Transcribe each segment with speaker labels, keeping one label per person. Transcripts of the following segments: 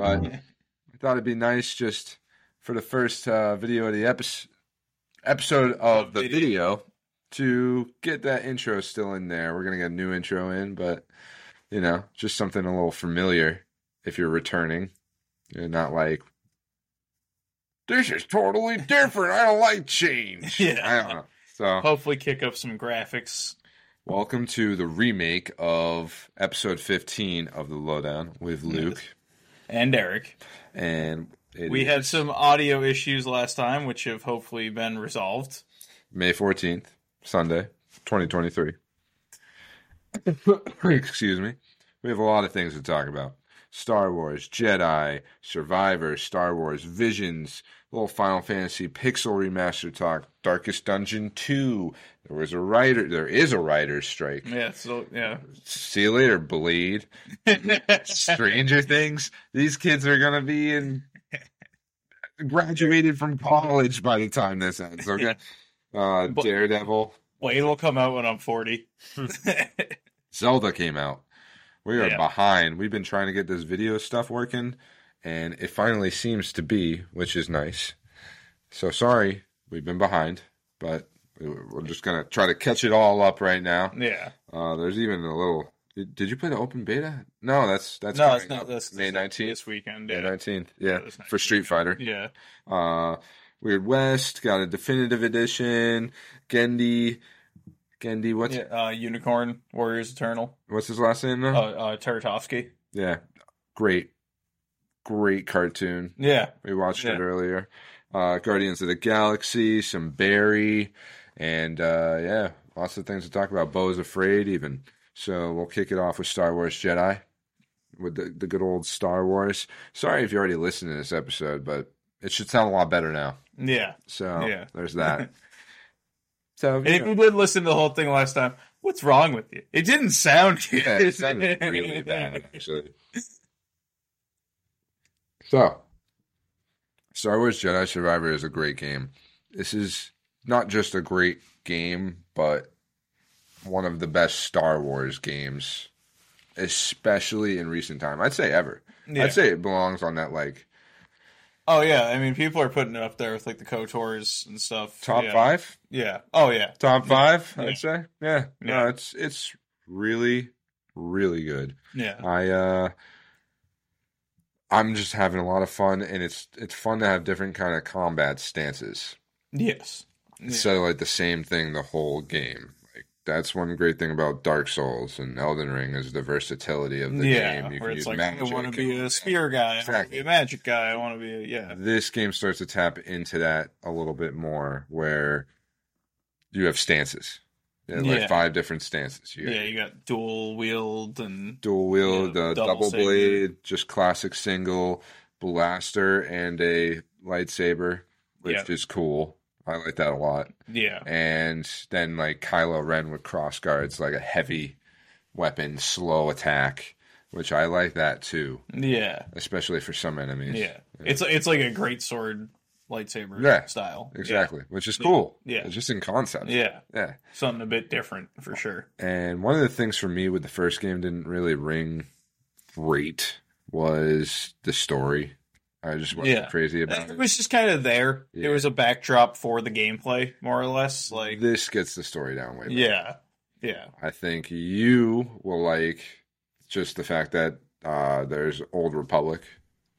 Speaker 1: Um, thought it'd be nice just for the first uh, video of the episode episode of the
Speaker 2: Video.
Speaker 1: video to get that intro still in there. We're gonna get a new intro in, but you know, just something a little familiar if you're returning. You're not like this is totally different. I don't like change.
Speaker 2: Yeah.
Speaker 1: I don't know. So
Speaker 2: Hopefully, kick up some graphics.
Speaker 1: Welcome to the remake of episode 15 of The Lowdown with Luke.
Speaker 2: And Eric,
Speaker 1: And it
Speaker 2: we
Speaker 1: is
Speaker 2: had some audio issues last time, which have hopefully been resolved.
Speaker 1: May 14th, Sunday, 2023. Excuse me. We have a lot of things to talk about Star Wars, Jedi, Survivor, Star Wars, Visions, little Final Fantasy Pixel Remaster talk, Darkest Dungeon 2. There was a writer, there is a writer's strike.
Speaker 2: Yeah, so yeah,
Speaker 1: See you later, Bleed. Stranger Things. These kids are gonna be in graduated from college by the time this ends. Okay, uh,
Speaker 2: But-
Speaker 1: Daredevil,
Speaker 2: Blade will come out when I'm 40.
Speaker 1: Zelda came out. We are
Speaker 2: Yeah.
Speaker 1: behind. We've been trying to get this video stuff working, and it finally seems to be, which is nice. So sorry, we've been behind, but we're just gonna try to catch it all up right now.
Speaker 2: yeah,
Speaker 1: Uh, there's even a little. Did did you play the open beta? No, that's that's
Speaker 2: no, it's
Speaker 1: coming
Speaker 2: not
Speaker 1: up.
Speaker 2: this
Speaker 1: May nineteenth.
Speaker 2: this weekend.
Speaker 1: May
Speaker 2: Yeah,
Speaker 1: nineteenth. Yeah,
Speaker 2: that's
Speaker 1: for
Speaker 2: 19th.
Speaker 1: Street Fighter.
Speaker 2: yeah.
Speaker 1: Uh, Weird West got a definitive edition. Gendy, Gendy, what's
Speaker 2: yeah uh, Unicorn Warriors Eternal.
Speaker 1: what's his last name
Speaker 2: Uh,
Speaker 1: now?
Speaker 2: uh, Tartakovsky.
Speaker 1: yeah, great, great cartoon.
Speaker 2: Yeah,
Speaker 1: We watched it
Speaker 2: Yeah.
Speaker 1: earlier. Uh, Guardians of the Galaxy, some Barry, and uh, yeah, lots of things to talk about. Bo's Afraid, even. So we'll kick it off with Star Wars Jedi, with the, the good old Star Wars. Sorry if you already listened to this episode, but it should sound a lot better now.
Speaker 2: yeah.
Speaker 1: So
Speaker 2: Yeah.
Speaker 1: there's that. so
Speaker 2: And if you did listen to the whole thing last time, what's wrong with you? It didn't sound good.
Speaker 1: yeah, it sounded really bad actually. So, Star Wars Jedi Survivor is a great game. This is not just a great game, but one of the best Star Wars games, especially in recent time. I'd say ever.
Speaker 2: Yeah.
Speaker 1: I'd say it belongs on that like
Speaker 2: Oh yeah, I mean, people are putting it up there with like the Kotors and stuff.
Speaker 1: top
Speaker 2: yeah.
Speaker 1: five.
Speaker 2: Yeah. Oh yeah.
Speaker 1: top five
Speaker 2: Yeah.
Speaker 1: i'd say yeah. no
Speaker 2: Yeah.
Speaker 1: it's it's really really good
Speaker 2: Yeah.
Speaker 1: i uh i'm just having a lot of fun and it's it's fun to have different kind of combat stances
Speaker 2: Yes. Yeah.
Speaker 1: instead of like the same thing the whole game like that's one great thing about dark souls and elden ring is the versatility of the
Speaker 2: yeah.
Speaker 1: game you
Speaker 2: Where
Speaker 1: can
Speaker 2: it's
Speaker 1: use
Speaker 2: like I
Speaker 1: magic
Speaker 2: want
Speaker 1: and-
Speaker 2: to be a spear guy. I want to
Speaker 1: Exactly.
Speaker 2: be a magic guy. I want to be a yeah.
Speaker 1: this game starts to tap into that a little bit more where you have stances You have, like
Speaker 2: Yeah.
Speaker 1: five different stances you
Speaker 2: Yeah.
Speaker 1: got
Speaker 2: You got dual wield and
Speaker 1: dual wheel,
Speaker 2: Yeah,
Speaker 1: the
Speaker 2: double
Speaker 1: double,
Speaker 2: saber.
Speaker 1: blade, just classic single blaster, and a lightsaber, which
Speaker 2: Yeah.
Speaker 1: is cool. I like that a lot.
Speaker 2: yeah.
Speaker 1: And then like Kylo Ren with cross guards, like a heavy weapon, slow attack, which I like that too,
Speaker 2: Yeah.
Speaker 1: especially for some enemies.
Speaker 2: Yeah. It's it's like a great sword lightsaber
Speaker 1: Yeah.
Speaker 2: style. Yeah.
Speaker 1: exactly, which is cool.
Speaker 2: Yeah.
Speaker 1: it's just in concept.
Speaker 2: Yeah.
Speaker 1: yeah.
Speaker 2: Something a bit different for sure.
Speaker 1: And one of the things for me with the first game didn't really ring great was the story. I just wasn't
Speaker 2: Yeah.
Speaker 1: crazy about
Speaker 2: It
Speaker 1: it.
Speaker 2: was just kind of there.
Speaker 1: Yeah.
Speaker 2: It was a backdrop for the gameplay, more or less. Like
Speaker 1: This gets the story down way. better.
Speaker 2: yeah. Yeah.
Speaker 1: I think you will like just the fact that uh, there's Old Republic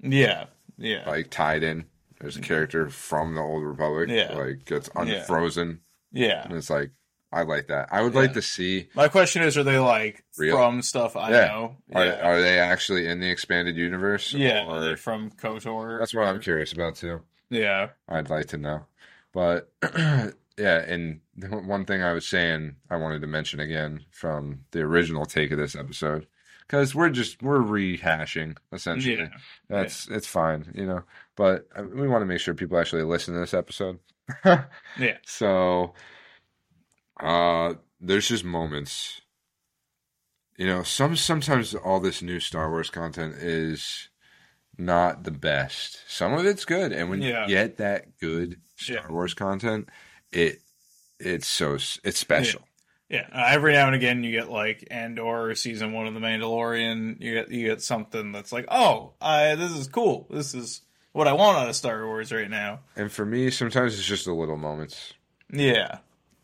Speaker 2: Yeah. Yeah. Mm-hmm.
Speaker 1: like tied in. There's a character from the Old Republic
Speaker 2: Yeah.
Speaker 1: like gets
Speaker 2: Yeah.
Speaker 1: unfrozen,
Speaker 2: Yeah.
Speaker 1: and it's like I like that. I would
Speaker 2: Yeah.
Speaker 1: like to see
Speaker 2: My question is, are they like
Speaker 1: Real?
Speaker 2: from stuff I
Speaker 1: Yeah.
Speaker 2: know?
Speaker 1: are,
Speaker 2: yeah.
Speaker 1: are they actually in the expanded universe?
Speaker 2: yeah. Are they
Speaker 1: or,
Speaker 2: from Kotor?
Speaker 1: that's what I'm curious about too.
Speaker 2: Yeah.
Speaker 1: I'd like to know. But yeah, and the one thing I was saying I wanted to mention again from the original take of this episode because we're just we're rehashing essentially.
Speaker 2: Yeah.
Speaker 1: That's it's fine, you know. But uh, we want to make sure people actually listen to this episode.
Speaker 2: Yeah.
Speaker 1: So uh there's just moments. You know, some sometimes all this new Star Wars content is not the best. Some of it's good, and when
Speaker 2: Yeah.
Speaker 1: you get that good Star
Speaker 2: Yeah.
Speaker 1: Wars content, it it's so s- it's special.
Speaker 2: Yeah. Uh, Every now and again, you get like Andor season one of The Mandalorian. You get you get something that's like, oh, I, this is cool. This is what I want out of Star Wars right now.
Speaker 1: And for me, sometimes it's just the little moments.
Speaker 2: Yeah.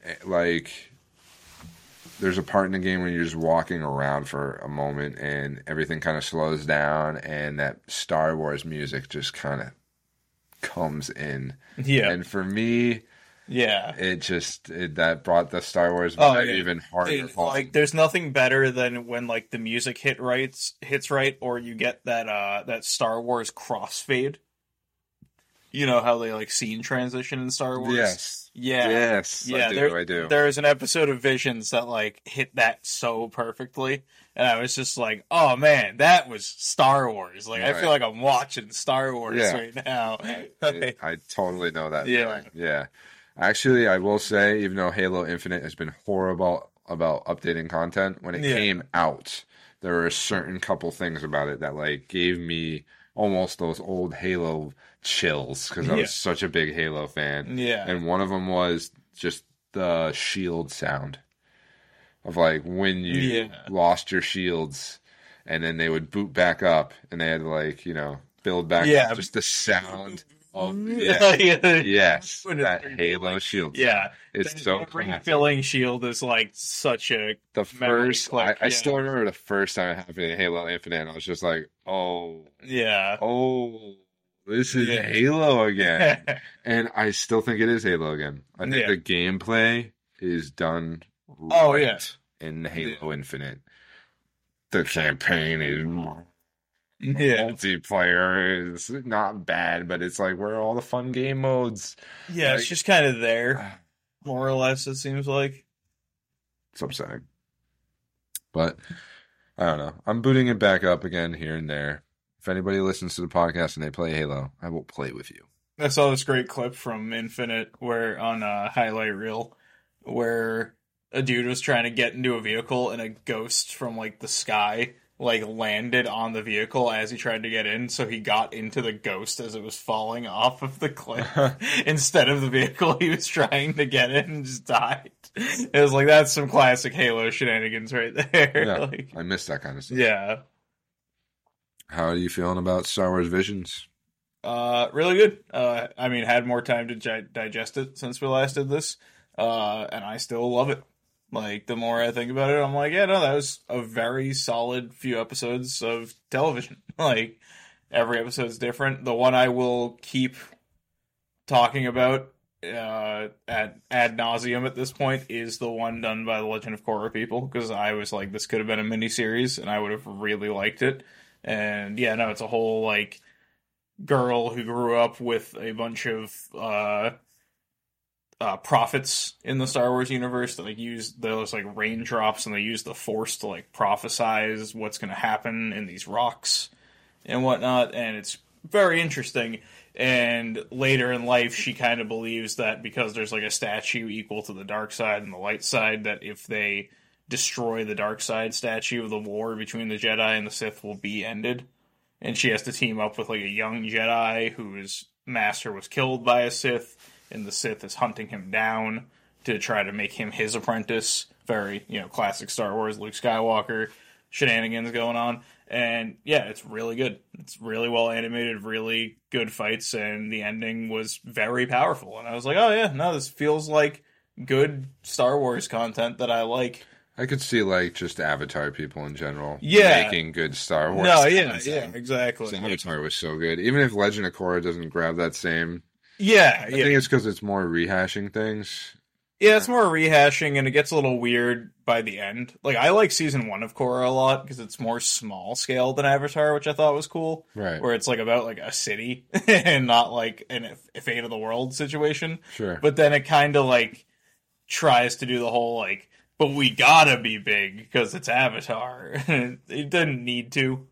Speaker 1: Eh, Like there's a part in the game when you're just walking around for a moment and everything kind of slows down and that Star Wars music just kind of comes in.
Speaker 2: Yeah.
Speaker 1: And for me,
Speaker 2: yeah.
Speaker 1: it just it, that brought the Star Wars
Speaker 2: Oh,
Speaker 1: vibe
Speaker 2: yeah.
Speaker 1: even harder.
Speaker 2: Dude,
Speaker 1: home.
Speaker 2: like there's nothing better than when like the music hit right hits right or you get that uh that Star Wars crossfade. You know how they like scene transition in Star Wars?
Speaker 1: yes,
Speaker 2: Yeah.
Speaker 1: yes,
Speaker 2: Yeah,
Speaker 1: I do,
Speaker 2: there-
Speaker 1: I do.
Speaker 2: There was an episode of Visions that like hit that so perfectly, and I was just like, "Oh man, that was Star Wars!" Like I feel
Speaker 1: Right.
Speaker 2: like I'm watching Star Wars
Speaker 1: Yeah.
Speaker 2: right now.
Speaker 1: I- I totally know that.
Speaker 2: Yeah.
Speaker 1: feeling. Yeah. Actually, I will say, even though Halo Infinite has been horrible about updating content, when it
Speaker 2: Yeah.
Speaker 1: came out, there were a certain couple things about it that like gave me almost those old Halo chills because I
Speaker 2: Yeah.
Speaker 1: was such a big Halo fan.
Speaker 2: yeah,
Speaker 1: And one of them was just the shield sound of like when you
Speaker 2: Yeah.
Speaker 1: lost your shields and then they would boot back up and they had to like, you know, build back
Speaker 2: Yeah.
Speaker 1: just the sound of yeah.
Speaker 2: yeah,
Speaker 1: yes,
Speaker 2: When
Speaker 1: that
Speaker 2: it's-
Speaker 1: Halo shield.
Speaker 2: yeah.
Speaker 1: It's so
Speaker 2: ring
Speaker 1: cool.
Speaker 2: filling shield is like such a
Speaker 1: The
Speaker 2: memory
Speaker 1: first,
Speaker 2: click,
Speaker 1: I, I
Speaker 2: yeah.
Speaker 1: still remember the first time it happened in Halo Infinite. And I was just like, oh,
Speaker 2: yeah.
Speaker 1: oh, this is
Speaker 2: Yeah.
Speaker 1: Halo again. And I still think it is Halo again. I think
Speaker 2: Yeah.
Speaker 1: the gameplay is done.
Speaker 2: Oh,
Speaker 1: right
Speaker 2: yeah.
Speaker 1: in Halo Infinite, the campaign is
Speaker 2: yeah,
Speaker 1: multiplayer is not bad, but it's like where are all the fun game modes?
Speaker 2: yeah.
Speaker 1: Like-
Speaker 2: It's just kind of there, more or less. It seems like.
Speaker 1: It's upsetting, but I don't know. I'm booting it back up again here and there. If anybody listens to the podcast and they play Halo, I will play with you.
Speaker 2: I saw this great clip from Infinite where on a highlight reel where a dude was trying to get into a vehicle and a ghost from like the sky like landed on the vehicle as he tried to get in so he got into the ghost as it was falling off of the cliff instead of the vehicle he was trying to get in and just died it was like that's some classic halo shenanigans right there
Speaker 1: Yeah.
Speaker 2: like
Speaker 1: I miss that kind of stuff.
Speaker 2: yeah
Speaker 1: How are you feeling about Star Wars Visions?
Speaker 2: Uh, really good. Uh, I mean, had more time to gi- digest it since we last did this, uh, and I still love it. Like the more I think about it, I'm like, yeah, no, that was a very solid few episodes of television. like every episode's different. The one I will keep talking about uh, at ad nauseum at this point is the one done by the Legend of Korra people because I was like, this could have been a miniseries, and I would have really liked it. And yeah, no, it's a whole like girl who grew up with a bunch of uh, uh, prophets in the Star Wars universe that like use those like raindrops and they use the Force to like prophesize what's going to happen in these rocks and whatnot. And it's very interesting. And later in life, she kind of believes that because there's like a statue equal to the dark side and the light side, that if they destroy the dark side statue, the war between the Jedi and the Sith will be ended and she has to team up with like a young Jedi whose master was killed by a Sith, and the Sith is hunting him down to try to make him his apprentice. Very you know classic Star Wars Luke Skywalker shenanigans going on, and yeah, it's really good. It's really well animated, really good fights, and the ending was very powerful. And I was like, oh yeah, no, this feels like good Star Wars content that I like.
Speaker 1: I could see like just Avatar people in general,
Speaker 2: Yeah.
Speaker 1: making good Star Wars.
Speaker 2: No, yeah,
Speaker 1: content.
Speaker 2: yeah, exactly.
Speaker 1: So Avatar was so good. Even if Legend of Korra doesn't grab that same,
Speaker 2: Yeah,
Speaker 1: I
Speaker 2: yeah.
Speaker 1: think it's because it's more rehashing things.
Speaker 2: Yeah, it's more rehashing, and it gets a little weird by the end. Like, I like season one of Korra a lot because it's more small scale than Avatar, which I thought was cool.
Speaker 1: Right.
Speaker 2: Where it's like about like a city and not like an f- fate of the world situation.
Speaker 1: Sure.
Speaker 2: But then it kind of like tries to do the whole like, but we gotta be big because it's Avatar. it didn't need to.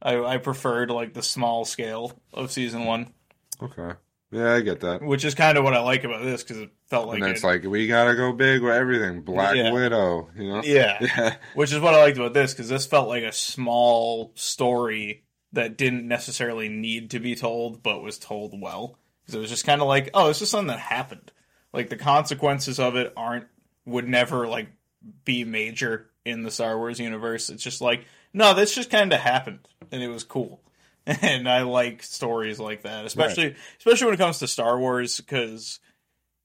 Speaker 2: I, I preferred like the small scale of season one,
Speaker 1: okay. Yeah, I get that.
Speaker 2: which is kind of what I like about this because it felt like
Speaker 1: and it's
Speaker 2: it-
Speaker 1: like we gotta go big with everything. Black
Speaker 2: Yeah.
Speaker 1: Widow, you know.
Speaker 2: yeah.
Speaker 1: Yeah.
Speaker 2: Which is what I liked about this because this felt like a small story that didn't necessarily need to be told, but was told well. Because it was just kind of like, oh, this is something that happened. Like the consequences of it aren't would never like be major in the Star Wars universe. It's just like, no, this just kind of happened, and it was cool. and I like stories like that, especially especially when it comes to Star Wars, because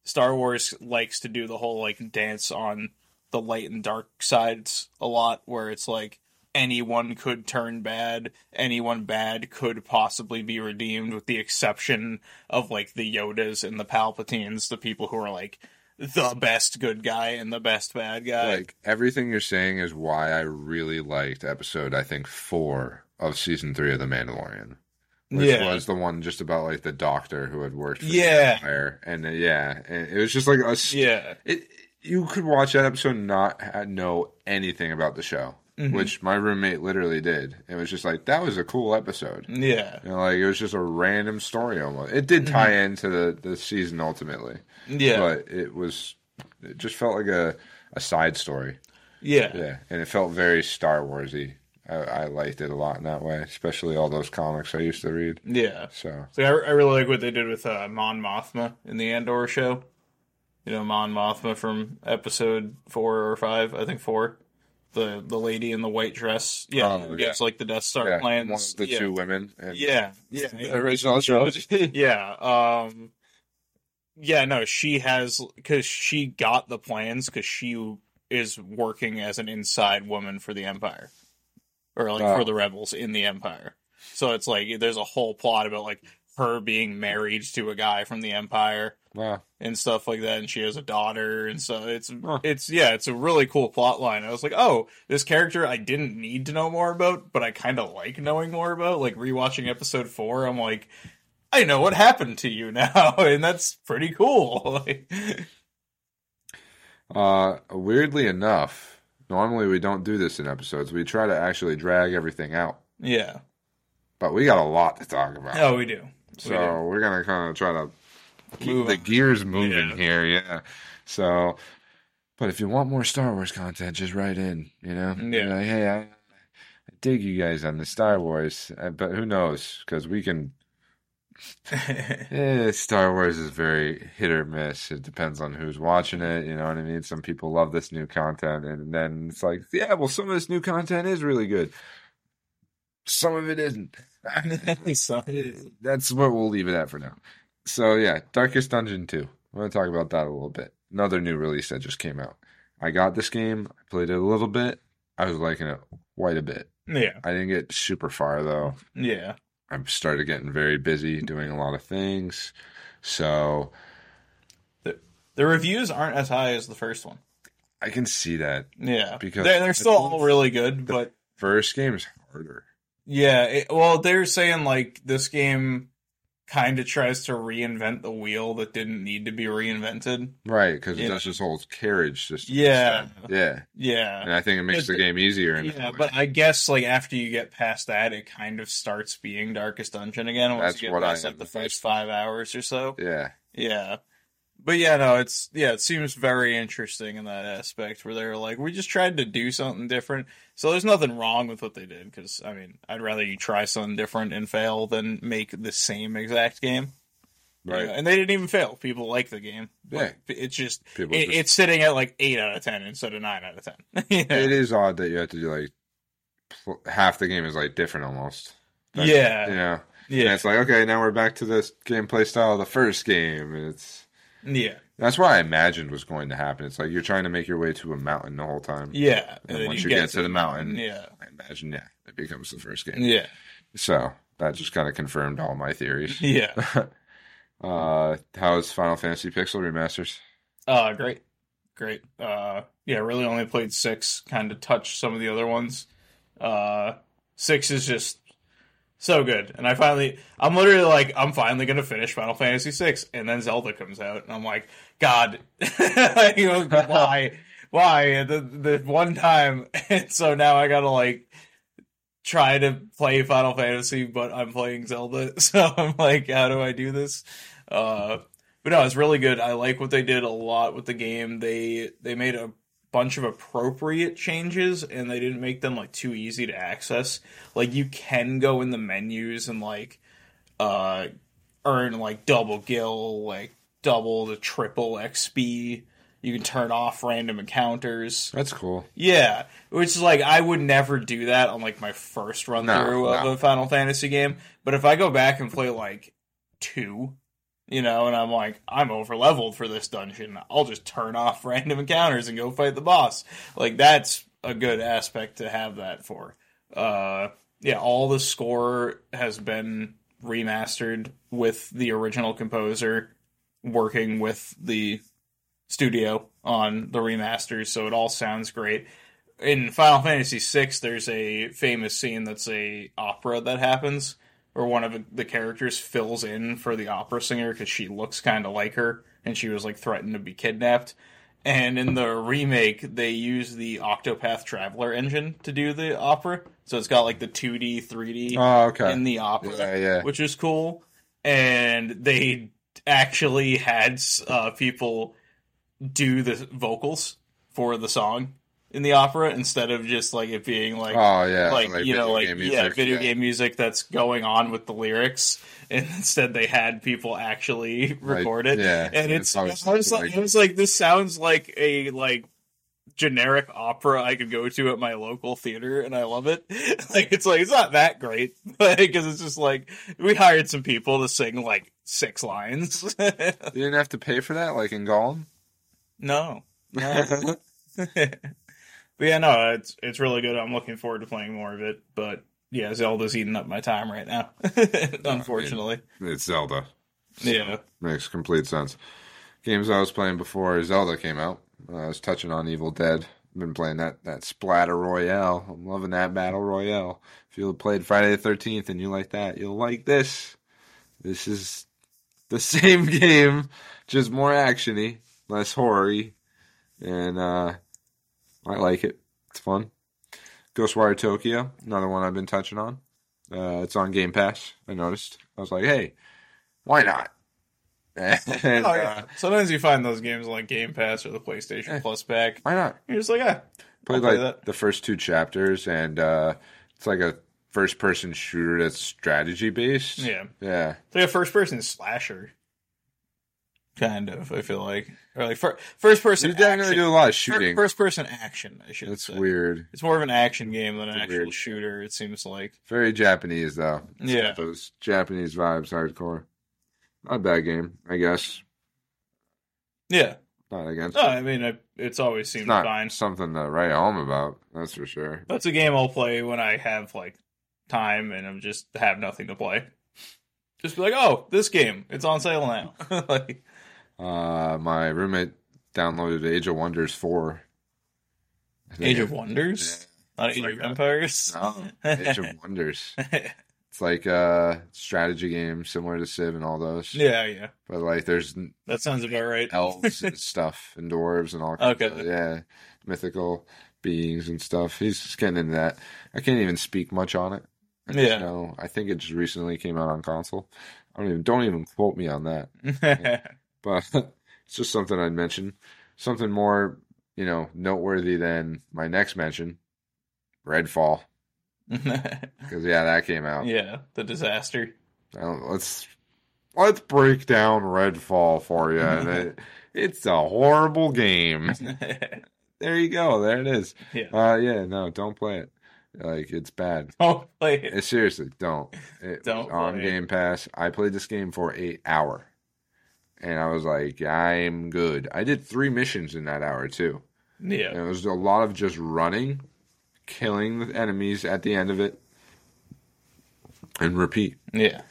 Speaker 2: Star Wars likes to do the whole like dance on the light and dark sides a lot, where it's like anyone could turn bad, anyone bad could possibly be redeemed, with the exception of like the Yodas and the Palpatines, the people who are like the best good guy and the best bad guy.
Speaker 1: like everything you're saying is why I really liked episode I think four of season three of The Mandalorian, which was the one just about like the doctor who had worked for the
Speaker 2: Yeah.
Speaker 1: Empire. and uh, yeah, and it was just like a s-
Speaker 2: yeah.
Speaker 1: it, you could watch that episode and not ha- know anything about the show,
Speaker 2: Mhm.
Speaker 1: which my roommate literally did. It was just like that was a cool episode.
Speaker 2: Yeah.
Speaker 1: You know, like it was just a random story almost. It did tie into the, the season ultimately,
Speaker 2: Mm-hmm. Yeah.
Speaker 1: but it was it just felt like a, a side story.
Speaker 2: yeah.
Speaker 1: Yeah, and it felt very Star Warsy. I, I liked it a lot in that way, especially all those comics I used to read.
Speaker 2: Yeah.
Speaker 1: So
Speaker 2: So I, I really like what they did with uh, Mon Mothma in the Andor show. You know, Mon Mothma from episode four or five, I think four. The the lady in the white dress. Yeah.
Speaker 1: Oh,
Speaker 2: who
Speaker 1: yeah.
Speaker 2: gets like the Death Star
Speaker 1: yeah, one
Speaker 2: plans.
Speaker 1: of the
Speaker 2: yeah.
Speaker 1: two women. And
Speaker 2: Yeah. Yeah.
Speaker 1: the original trilogy.
Speaker 2: Yeah. Um Yeah, no, she has cuz she got the plans cuz she is working as an inside woman for the empire or like
Speaker 1: Wow.
Speaker 2: for the rebels in the empire. So it's like there's a whole plot about like her being married to a guy from the empire
Speaker 1: wow.
Speaker 2: and stuff like that and she has a daughter and so it's
Speaker 1: Huh.
Speaker 2: it's yeah it's a really cool plot line i was like oh this character i didn't need to know more about but i kind of like knowing more about like rewatching episode four i'm like i know what happened to you now and that's pretty cool like,
Speaker 1: Uh, weirdly enough, normally we don't do this in episodes. We try to actually drag everything out,
Speaker 2: yeah
Speaker 1: but we got a lot to talk about.
Speaker 2: oh we do
Speaker 1: so
Speaker 2: we do.
Speaker 1: we're gonna kind of try to keep
Speaker 2: Move
Speaker 1: the
Speaker 2: on.
Speaker 1: gears moving
Speaker 2: Yeah.
Speaker 1: here. Yeah. So, but if you want more Star Wars content, just write in. You know.
Speaker 2: Yeah.
Speaker 1: Like, hey, I, I dig you guys on the Star Wars, uh, but who knows? Because we can. Eh, Star Wars is very hit or miss. It depends on who's watching it. You know what I mean? Some people love this new content, and then it's like, yeah, well, some of this new content is really good. Some of it isn't.
Speaker 2: So-
Speaker 1: That's what we'll leave it at for now. So yeah, Darkest Dungeon 2. I'm gonna talk about that a little bit. Another new release that just came out. I got this game, I played it a little bit. I was liking it quite a bit.
Speaker 2: yeah
Speaker 1: I didn't get super far though.
Speaker 2: yeah
Speaker 1: I started getting very busy doing a lot of things. So
Speaker 2: the reviews aren't as high as the first one
Speaker 1: I can see that.
Speaker 2: yeah
Speaker 1: Because-
Speaker 2: they're, they're still all really good but
Speaker 1: First game is harder.
Speaker 2: Yeah, it, well, they're saying like this game kind of tries to reinvent the wheel that didn't need to be reinvented.
Speaker 1: Right, because it
Speaker 2: Yeah.
Speaker 1: does this whole carriage system.
Speaker 2: Yeah.
Speaker 1: instead. Yeah. And
Speaker 2: Yeah.
Speaker 1: I think it makes the game easier. in that
Speaker 2: Yeah,
Speaker 1: way.
Speaker 2: but I guess like after you get past that, it kind of starts being Darkest Dungeon again. Once
Speaker 1: That's
Speaker 2: you get
Speaker 1: what I
Speaker 2: past like
Speaker 1: am.
Speaker 2: the first five hours or so.
Speaker 1: yeah.
Speaker 2: Yeah. But yeah, no, it's yeah, it seems very interesting in that aspect where they're like, we just tried to do something different. So there's nothing wrong with what they did because I mean, I'd rather you try something different and fail than make the same exact game.
Speaker 1: Right.
Speaker 2: You know, and they didn't even fail. People like the game. Like, it's just
Speaker 1: People
Speaker 2: it,
Speaker 1: just-
Speaker 2: it's sitting at like eight out of ten instead of nine out of ten. You know?
Speaker 1: It is odd that you have to do like pl- half the game is like different almost. Like,
Speaker 2: yeah,
Speaker 1: You
Speaker 2: yeah,
Speaker 1: know, and
Speaker 2: yeah,
Speaker 1: it's like okay, now we're back to this gameplay style of the first game, and it's
Speaker 2: yeah,
Speaker 1: that's what I imagined was going to happen. It's like you're trying to make your way to a mountain the whole time,
Speaker 2: And
Speaker 1: and,
Speaker 2: then
Speaker 1: once you, get, to the mountain,
Speaker 2: yeah,
Speaker 1: I imagine yeah, it becomes the first game.
Speaker 2: yeah,
Speaker 1: So that just kind of confirmed all my theories.
Speaker 2: yeah.
Speaker 1: uh, how's Final Fantasy Pixel remasters?
Speaker 2: Uh, great, great. Uh, yeah, really only played six. Kind of touched some of the other ones. Uh, six is just so good, and I finally, I'm literally like, I'm finally gonna finish Final Fantasy six, and then Zelda comes out, and I'm like, God, you know, why, why the the one time, and so now I gotta like try to play Final Fantasy, but I'm playing Zelda, so I'm like, how do I do this? Uh, but no, it's really good. I like what they did a lot with the game. They they made a bunch of appropriate changes and they didn't make them like too easy to access. Like you can go in the menus and like uh earn like double gill, like double to triple XP You can turn off random encounters.
Speaker 1: That's cool.
Speaker 2: Yeah, which is like I would never do that on like my first run
Speaker 1: No,
Speaker 2: through of
Speaker 1: no.
Speaker 2: a Final Fantasy game. But if I go back and play like two, you know, and I'm like I'm over leveled for this dungeon, I'll just turn off random encounters and go fight the boss. Like that's a good aspect to have that for. Uh, yeah, all the score has been remastered with the original composer working with the studio on the remasters, so it all sounds great. In Final Fantasy VI, there's a famous scene that's a opera that happens, where one of the characters fills in for the opera singer because she looks kind of like her, and she was like threatened to be kidnapped. And in the remake, they use the Octopath Traveler engine to do the opera, so it's got like the 2D, 3D
Speaker 1: Oh, okay.
Speaker 2: in the opera,
Speaker 1: Yeah, yeah.
Speaker 2: which was cool. And they actually had uh, people do the vocals for the song in the opera instead of just like it being like
Speaker 1: oh yeah,
Speaker 2: like, you know
Speaker 1: video
Speaker 2: like
Speaker 1: game
Speaker 2: yeah
Speaker 1: music,
Speaker 2: video
Speaker 1: yeah.
Speaker 2: game music that's going on with the lyrics and instead they had people actually record it
Speaker 1: yeah,
Speaker 2: and it's,
Speaker 1: it's always
Speaker 2: I was like,
Speaker 1: like-
Speaker 2: I was like this sounds like a like generic opera I could go to at my local theater and I love it like it's like it's not that great because it's just like we hired some people to sing like six lines
Speaker 1: You didn't have to pay for that, like in Gollum.
Speaker 2: no No. but yeah, no, it's it's really good. I'm looking forward to playing more of it. But yeah, Zelda's eating up my time right now.
Speaker 1: Oh,
Speaker 2: Unfortunately.
Speaker 1: It's Zelda.
Speaker 2: Yeah.
Speaker 1: Makes complete sense. Games I was playing before Zelda came out. Uh, I was touching on Evil Dead. Been playing that that splatter royale. I'm loving that battle royale. If you played Friday the Thirteenth and you like that, you'll like this. This is the same game, just more actiony, less horror-y. and uh, I like it. It's fun. Ghostwire Tokyo, another one I've been touching on. Uh, it's on Game Pass. I noticed. I was like, hey, why not? And,
Speaker 2: Oh,
Speaker 1: uh,
Speaker 2: yeah. Sometimes you find those games like Game Pass or the PlayStation
Speaker 1: Eh.
Speaker 2: Plus pack.
Speaker 1: why not?
Speaker 2: You're just like, ah,
Speaker 1: played
Speaker 2: play
Speaker 1: like
Speaker 2: that.
Speaker 1: the first two chapters, and uh, it's like a first person shooter that's strategy based.
Speaker 2: yeah.
Speaker 1: yeah,
Speaker 2: It's like a first person slasher. Kind of, I feel like. Or like fir- first person
Speaker 1: you definitely do a lot of shooting.
Speaker 2: First person action, I should
Speaker 1: That's
Speaker 2: say.
Speaker 1: weird.
Speaker 2: It's more of an action game than an
Speaker 1: It's
Speaker 2: actual
Speaker 1: weird.
Speaker 2: shooter, it seems like.
Speaker 1: Very Japanese though. It's
Speaker 2: Yeah.
Speaker 1: got those Japanese vibes, hardcore. Not a bad game, I guess.
Speaker 2: Yeah.
Speaker 1: Not against.
Speaker 2: No,
Speaker 1: it.
Speaker 2: I mean, I, it's always
Speaker 1: it's
Speaker 2: seemed
Speaker 1: not
Speaker 2: Oh, fine.
Speaker 1: something to write home about. That's for sure.
Speaker 2: That's a game I'll play when I have like time and I'm just have nothing to play. Just be like, oh, this game, it's on sale now. like,
Speaker 1: Uh, my roommate downloaded Age of Wonders four. I think
Speaker 2: Age of
Speaker 1: it-
Speaker 2: Wonders, not
Speaker 1: It's
Speaker 2: Age
Speaker 1: like
Speaker 2: of
Speaker 1: a-
Speaker 2: Empires.
Speaker 1: No, Age of Wonders. It's like a strategy game similar to Civ and all those.
Speaker 2: yeah, yeah,
Speaker 1: But like there's n-
Speaker 2: that sounds about right.
Speaker 1: elves and stuff and dwarves and all kinds
Speaker 2: Okay.
Speaker 1: of yeah, mythical beings and stuff. He's just getting into that. I can't even speak much on it. I just
Speaker 2: Yeah.
Speaker 1: know- I think it just recently came out on console. I don't even don't even quote me on that. But it's just something I'd mention. Something more, you know, noteworthy than my next mention, Redfall. Because yeah, that came out.
Speaker 2: yeah, the disaster.
Speaker 1: I don't- let's let's break down Redfall for you. And it- it's a horrible game.
Speaker 2: yeah,
Speaker 1: There you go. There it is. Uh, yeah. No, don't play it. Like it's bad.
Speaker 2: don't play it.
Speaker 1: Eh, Seriously, don't. It was
Speaker 2: Don't
Speaker 1: on
Speaker 2: play it.
Speaker 1: Game Pass. I played this game for a hour, and I was like, I'm good. I did three missions in that hour too.
Speaker 2: Yeah,
Speaker 1: And it was a lot of just running, killing the enemies at the end of it, and repeat.
Speaker 2: yeah.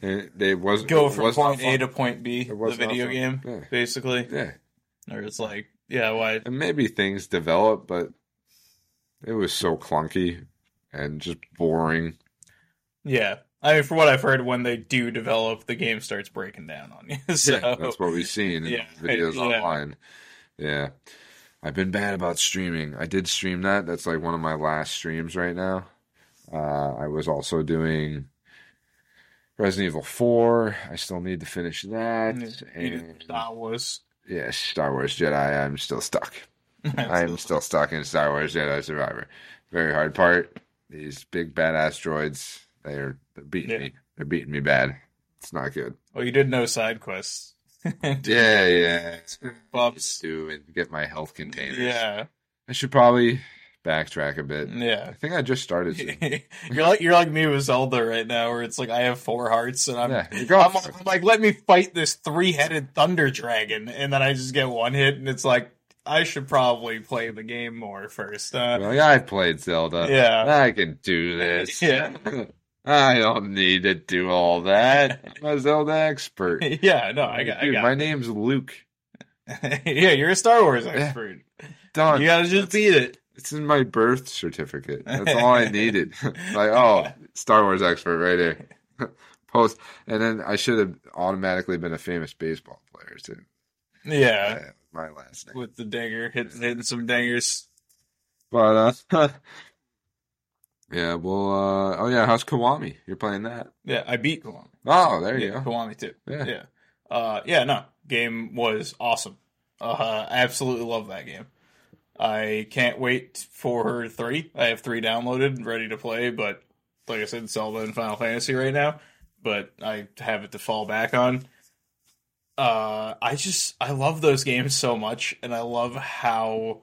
Speaker 1: And it wasn't
Speaker 2: Go
Speaker 1: it
Speaker 2: from
Speaker 1: was not
Speaker 2: point A
Speaker 1: fun.
Speaker 2: to point B.
Speaker 1: It
Speaker 2: The
Speaker 1: was not
Speaker 2: video
Speaker 1: fun.
Speaker 2: game,
Speaker 1: Yeah.
Speaker 2: basically,
Speaker 1: Yeah.
Speaker 2: or it's like, yeah, why?
Speaker 1: and maybe things develop, but it was so clunky and just boring.
Speaker 2: Yeah. I mean, from what I've heard, when they do develop, the game starts breaking down on you. So,
Speaker 1: That's what we've seen in
Speaker 2: Yeah.
Speaker 1: videos
Speaker 2: Yeah.
Speaker 1: online. Yeah. I've been bad about streaming. I did stream that. That's like one of my last streams right now. Uh, I was also doing Resident Evil 4. I still need to finish that. And
Speaker 2: that was.
Speaker 1: yeah, Star Wars Jedi. I'm still stuck. I'm still stuck in Star Wars Jedi Survivor. Very hard part. These big badass droids, they are they're beating
Speaker 2: Yeah.
Speaker 1: me. They're beating me bad. It's not good.
Speaker 2: well, you did no side quests.
Speaker 1: Yeah, yeah.
Speaker 2: Bubs.
Speaker 1: Do and get my health containers.
Speaker 2: Yeah,
Speaker 1: I should probably backtrack a bit.
Speaker 2: yeah.
Speaker 1: I think I just started. Soon.
Speaker 2: you're like you're like me with Zelda right now, where it's like I have four hearts and I'm
Speaker 1: Yeah, you're going
Speaker 2: I'm,
Speaker 1: for it.
Speaker 2: I'm like, let me fight this three headed thunder dragon, and then I just get one hit, and it's like I should probably play the game more first. Uh,
Speaker 1: Like, I played Zelda.
Speaker 2: yeah,
Speaker 1: I can do this.
Speaker 2: Yeah.
Speaker 1: I don't need to do all that. I'm a Zelda expert.
Speaker 2: yeah. No, I got, I
Speaker 1: Dude,
Speaker 2: got.
Speaker 1: my name's Luke.
Speaker 2: yeah, you're a Star Wars expert.
Speaker 1: Done.
Speaker 2: You gotta just beat it.
Speaker 1: It's in my birth certificate. That's all I needed. like, oh, Star Wars expert right there. Post. And then I should have automatically been a famous baseball player, too.
Speaker 2: Yeah,
Speaker 1: Yeah, my last name.
Speaker 2: with the dinger, hitting hitting some dingers.
Speaker 1: But, uh, yeah, well, uh, oh, yeah, how's Kiwami? You're playing that.
Speaker 2: Yeah, I beat Kiwami.
Speaker 1: Oh, there you
Speaker 2: yeah,
Speaker 1: go.
Speaker 2: Kiwami too.
Speaker 1: Yeah.
Speaker 2: yeah. Uh, yeah, no. Game was awesome. Uh, I absolutely love that game. I can't wait for three. I have three downloaded and ready to play, but like I said, Zelda and Final Fantasy right now. But I have it to fall back on. Uh, I just I love those games so much, and I love how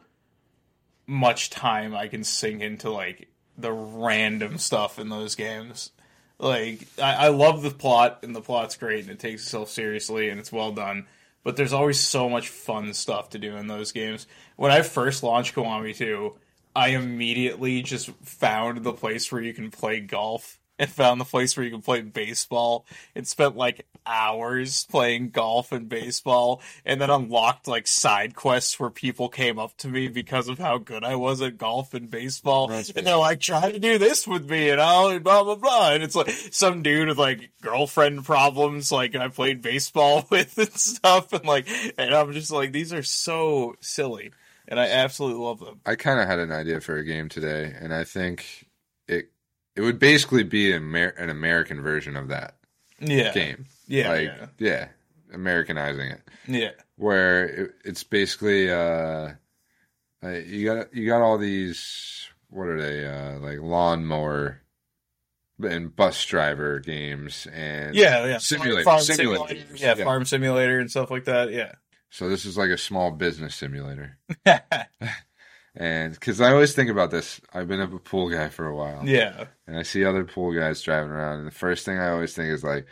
Speaker 2: much time I can sink into like the random stuff in those games. Like I, I love the plot, and the plot's great, and it takes itself seriously, and it's well done. But there's always so much fun stuff to do in those games. When I first launched Kiwami 2, I immediately just found the place where you can play golf and found the place where you can play baseball and spent like hours playing golf and baseball and then unlocked like side quests where people came up to me because of how good I was at golf and baseball.
Speaker 1: That's
Speaker 2: and they're like, try to do this with me, you know, and blah, blah, blah. And it's like some dude with like girlfriend problems, like I played baseball with and stuff. And like, and I'm just like, these are so silly. And I absolutely love them.
Speaker 1: I kind of had an idea for a game today, and I think it it would basically be an, Amer- an American version of that
Speaker 2: Yeah.
Speaker 1: game.
Speaker 2: Yeah.
Speaker 1: like yeah. Americanizing it,
Speaker 2: yeah. Yeah.
Speaker 1: where it, it's basically uh, uh, you got you got all these what are they uh, like lawnmower and bus driver games and
Speaker 2: Yeah, yeah.
Speaker 1: Simulator.
Speaker 2: Farm
Speaker 1: Simulator.
Speaker 2: simulator. Yeah,
Speaker 1: Yeah.
Speaker 2: farm simulator and stuff like that. Yeah.
Speaker 1: So this is like a small business simulator, and because I always think about this, I've been a pool guy for a while,
Speaker 2: yeah.
Speaker 1: and I see other pool guys driving around, and the first thing I always think is like,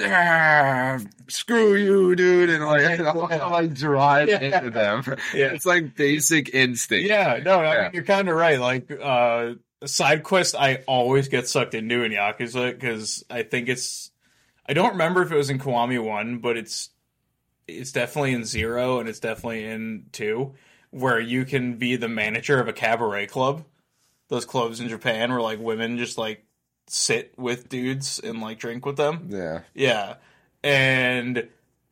Speaker 1: "Ah, "Screw you, dude!" And like, I, I like drive
Speaker 2: Yeah.
Speaker 1: into them.
Speaker 2: Yeah.
Speaker 1: It's like basic instinct.
Speaker 2: Yeah, no, I
Speaker 1: Yeah.
Speaker 2: mean, you're kind of right. Like, uh, side quest, I always get sucked into in Yakuza because I think it's. I don't remember if it was in Kiwami one, but it's it's definitely in zero and it's definitely in two, where you can be the manager of a cabaret club. Those clubs in Japan where like women just like sit with dudes and like drink with them.
Speaker 1: yeah,
Speaker 2: Yeah. And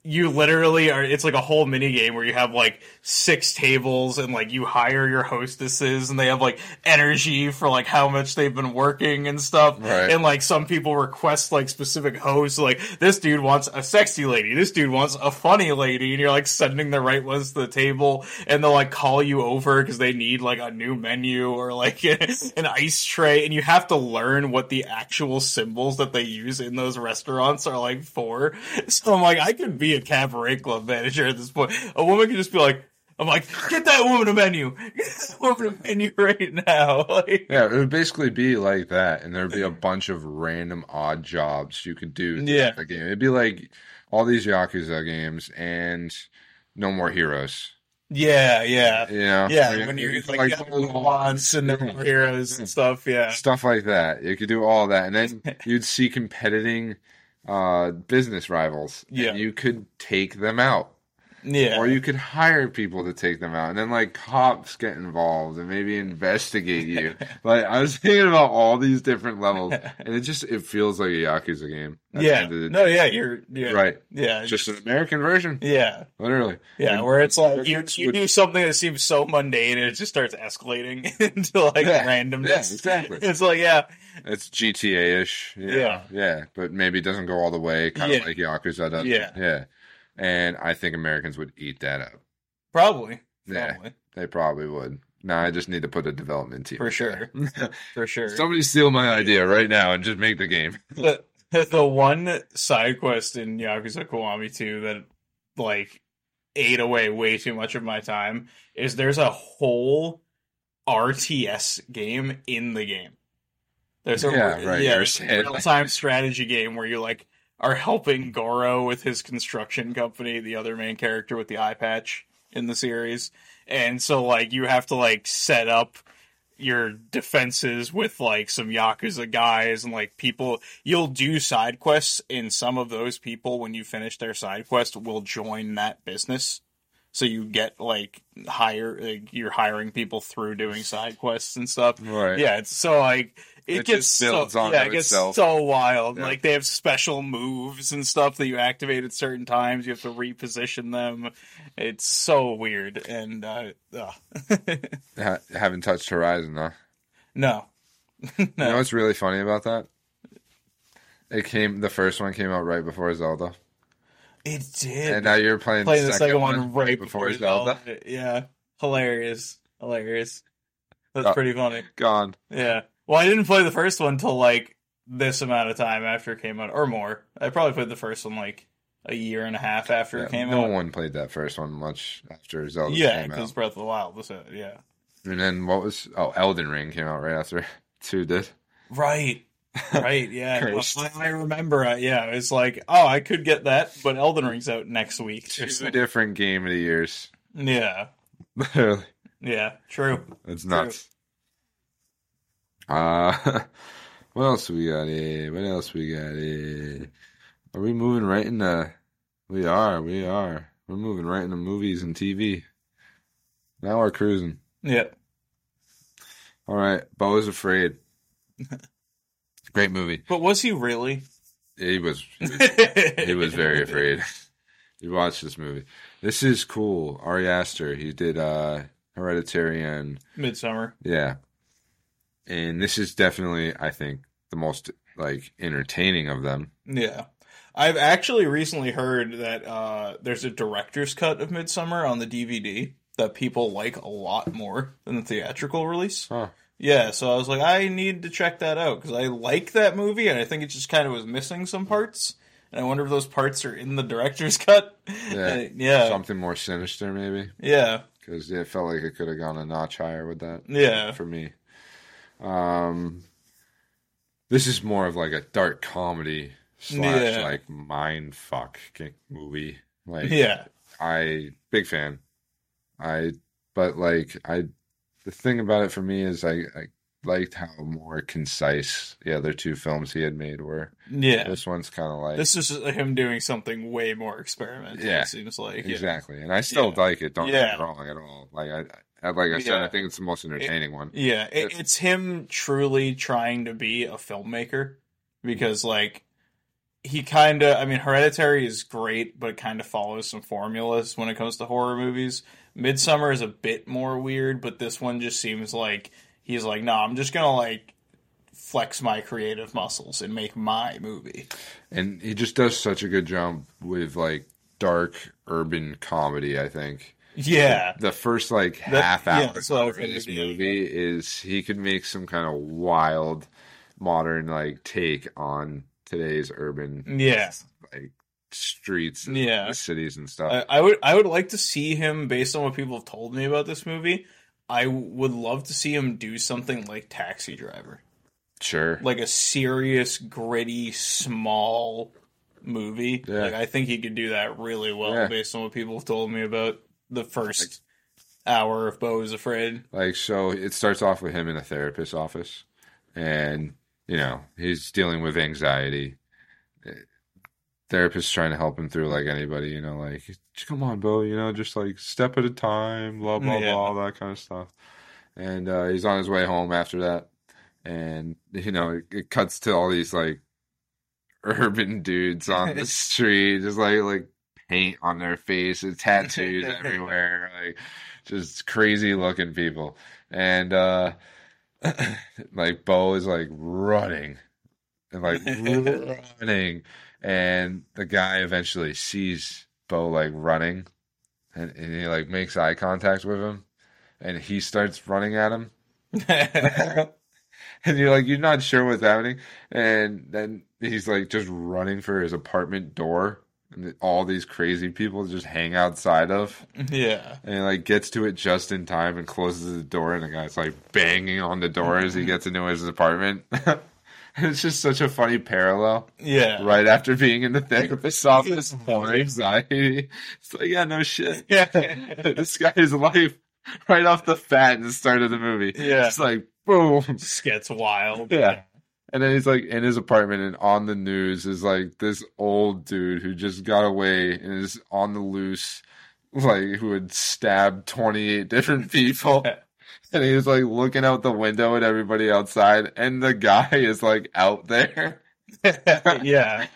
Speaker 2: you literally are it's like a whole mini game where you have like six tables and like you hire your hostesses and they have like energy for like how much they've been working and stuff
Speaker 1: Right.
Speaker 2: and like some people request like specific hosts like this dude wants a sexy lady this dude wants a funny lady and you're like sending the right ones to the table and they'll like call you over because they need like a new menu or like an ice tray and you have to learn what the actual symbols that they use in those restaurants are like for so i'm like i could be a cabaret club manager at this point a woman could just be like i'm like get that woman a menu get that woman a menu right now like
Speaker 1: yeah. It would basically be like that, and there'd be a bunch of random odd jobs you could do. throughout
Speaker 2: Yeah.
Speaker 1: the game. It'd be like all these Yakuza games and No More Heroes.
Speaker 2: yeah yeah
Speaker 1: You know,
Speaker 2: Yeah,
Speaker 1: Where you-
Speaker 2: when you're
Speaker 1: you
Speaker 2: like, like
Speaker 1: pull the
Speaker 2: wants and the
Speaker 1: Yeah.
Speaker 2: heroes and stuff. Yeah,
Speaker 1: stuff like that. You could do all that, and then you'd see competing uh, business rivals. and
Speaker 2: Yeah.
Speaker 1: you could take them out,
Speaker 2: yeah,
Speaker 1: or you could hire people to take them out, and then like cops get involved and maybe investigate you. like I was thinking about all these different levels, and it just it feels like a yakuza game. at the
Speaker 2: yeah.
Speaker 1: end of the-
Speaker 2: No, yeah, you're yeah,
Speaker 1: right.
Speaker 2: Yeah,
Speaker 1: Just an American version,
Speaker 2: yeah,
Speaker 1: literally.
Speaker 2: yeah.
Speaker 1: And-
Speaker 2: Where it's like you
Speaker 1: Which-
Speaker 2: you do something that seems so mundane and it just starts escalating into like
Speaker 1: Yeah,
Speaker 2: randomness.
Speaker 1: yeah, exactly.
Speaker 2: It's like yeah,
Speaker 1: It's GTA ish.
Speaker 2: Yeah.
Speaker 1: Yeah. But maybe it doesn't go all the way, kind
Speaker 2: Yeah.
Speaker 1: of like Yakuza does.
Speaker 2: Yeah.
Speaker 1: Yeah. And I think Americans would eat that up.
Speaker 2: probably,
Speaker 1: Yeah.
Speaker 2: probably
Speaker 1: They probably would. Now I just need to put a development team.
Speaker 2: for sure, for sure.
Speaker 1: Somebody steal my idea right now and just make the game.
Speaker 2: But the one side quest in Yakuza Kiwami 2 that like ate away way too much of my time is there's a whole RTS game in the game. There's a
Speaker 1: Yeah, right,
Speaker 2: yeah,
Speaker 1: you're
Speaker 2: it's a
Speaker 1: saying.
Speaker 2: real-time strategy game where you like are helping Goro with his construction company, the other main character with the eye patch in the series. And so like you have to like set up your defenses with like some yakuza guys and like people you'll do side quests and some of those people when you finish their side quest will join that business so you get like hire like you're hiring people through doing side quests and stuff
Speaker 1: Right.
Speaker 2: yeah it's so like it,
Speaker 1: It
Speaker 2: gets
Speaker 1: just builds
Speaker 2: so,
Speaker 1: on
Speaker 2: yeah,
Speaker 1: to
Speaker 2: it gets
Speaker 1: itself.
Speaker 2: so wild
Speaker 1: Yeah.
Speaker 2: like they have special moves and stuff that you activate at certain times you have to reposition them it's so weird and uh, ugh.
Speaker 1: Ha- haven't touched Horizon though.
Speaker 2: no
Speaker 1: You know what's really funny about that? It came the first one came out right before Zelda,
Speaker 2: It did.
Speaker 1: and now you're playing,
Speaker 2: playing the second one, right before,
Speaker 1: Zelda.
Speaker 2: Zelda. Yeah, hilarious, hilarious. That's
Speaker 1: Uh,
Speaker 2: pretty funny.
Speaker 1: Gone.
Speaker 2: Yeah. Well, I didn't play the first one till like this amount of time after it came out, or more. I probably played the first one like a year and a half after
Speaker 1: Yeah,
Speaker 2: it came
Speaker 1: no
Speaker 2: out.
Speaker 1: one played that first one much after Zelda
Speaker 2: yeah,
Speaker 1: came
Speaker 2: because
Speaker 1: out.
Speaker 2: Breath of the Wild was it. Yeah.
Speaker 1: And then what was? Oh, Elden Ring came out right after two did.
Speaker 2: Right. Right. Yeah.
Speaker 1: Cursed.
Speaker 2: I, I remember. uh, Yeah, it's like, oh, I could get that, but Elden Ring's out next week.
Speaker 1: Two different game of the years.
Speaker 2: Yeah.
Speaker 1: Literally.
Speaker 2: Yeah. True.
Speaker 1: It's nuts. Uh what else we got eh? What else we got eh? Are we moving right into we are, we are. We're moving right into movies and TV. Now we're cruising.
Speaker 2: Yeah.
Speaker 1: All right, Bo's afraid. Great movie.
Speaker 2: But was he really?
Speaker 1: He was
Speaker 2: he
Speaker 1: he was very afraid. You watch this movie. This is cool. Ari Aster, he did uh Hereditary and
Speaker 2: Midsummer.
Speaker 1: Yeah. And this is definitely, I think, the most like entertaining of them.
Speaker 2: Yeah. I've actually recently heard that uh, there's a director's cut of Midsummer on the DVD that people like a lot more than the theatrical release.
Speaker 1: Huh.
Speaker 2: Yeah, so I was like, I need to check that out because I like that movie and I think it just kind of was missing some parts. And I wonder if those parts are in the director's cut.
Speaker 1: Yeah.
Speaker 2: Uh, yeah.
Speaker 1: Something more sinister, maybe,
Speaker 2: yeah.
Speaker 1: because it felt like it could have gone a notch higher with that
Speaker 2: Yeah.
Speaker 1: for me. Um, this is more of like a dark comedy slash
Speaker 2: Yeah.
Speaker 1: like mind fuck movie. Like,
Speaker 2: Yeah.
Speaker 1: I big fan. I but like I the thing about it for me is I, I liked how more concise the other two films he had made were.
Speaker 2: Yeah.
Speaker 1: This one's kind of like
Speaker 2: This is him doing something way more experimental,
Speaker 1: Yeah.
Speaker 2: it seems like. Yeah.
Speaker 1: exactly, and I still
Speaker 2: Yeah.
Speaker 1: like it. Don't get
Speaker 2: Yeah.
Speaker 1: me wrong at all. Like I, I like I said,
Speaker 2: Yeah.
Speaker 1: I think it's the most entertaining one.
Speaker 2: Yeah, it,
Speaker 1: It's-
Speaker 2: it's him truly trying to be a filmmaker because, like, he kind of, I mean, Hereditary is great, but it kind of follows some formulas when it comes to horror movies. Midsummer is a bit more weird, but this one just seems like he's like, no, I'm just going to, like, flex my creative muscles and make my movie.
Speaker 1: And he just does such a good job with like dark urban comedy. I think.
Speaker 2: Yeah.
Speaker 1: the first like half
Speaker 2: yeah,
Speaker 1: hour
Speaker 2: that's what I was
Speaker 1: of
Speaker 2: gonna
Speaker 1: this
Speaker 2: do.
Speaker 1: movie is he could make some kind of wild modern like take on today's urban
Speaker 2: Yeah.
Speaker 1: like streets and
Speaker 2: Yeah. Uh,
Speaker 1: cities and stuff.
Speaker 2: I, I would I would like to see him based on what people have told me about this movie. I would love to see him do something like Taxi Driver,
Speaker 1: sure.
Speaker 2: like a serious, gritty, small movie.
Speaker 1: Yeah.
Speaker 2: Like I think he could do that really well
Speaker 1: Yeah.
Speaker 2: based on what people have told me about the first hour of Bo is Afraid.
Speaker 1: Like so it starts off with him in a therapist's office and you know, he's dealing with anxiety. Therapist trying to help him through like anybody, you know, like come on, Bo, you know, just like step at a time, blah blah
Speaker 2: Yeah.
Speaker 1: blah, all that kind of stuff. And uh, he's on his way home after that, and you know, it, it cuts to all these like urban dudes on the street, just like like paint on their faces, tattoos everywhere, like just crazy looking people. And uh like Bo is like running and like running and the guy eventually sees Bo like running and, and he like makes eye contact with him and he starts running at him and you're like you're not sure what's happening, and then he's like just running for his apartment door, and all these crazy people just hang outside of,
Speaker 2: Yeah.
Speaker 1: and he, like gets to it just in time and closes the door, and the guy's like banging on the door as he
Speaker 2: Mm-hmm.
Speaker 1: gets into his apartment. and it's just such a funny parallel
Speaker 2: Yeah.
Speaker 1: right after being in the therapist's office for anxiety. It's like, yeah, no shit.
Speaker 2: Yeah.
Speaker 1: this guy's life right off the fat and start of the movie.
Speaker 2: Yeah.
Speaker 1: It's like, boom.
Speaker 2: Just gets wild.
Speaker 1: Yeah. And then he's like in his apartment and on the news is like this old dude who just got away and is on the loose, like who had stabbed 28 different people. And he was like looking out the window at everybody outside, and the guy is like out there.
Speaker 2: yeah.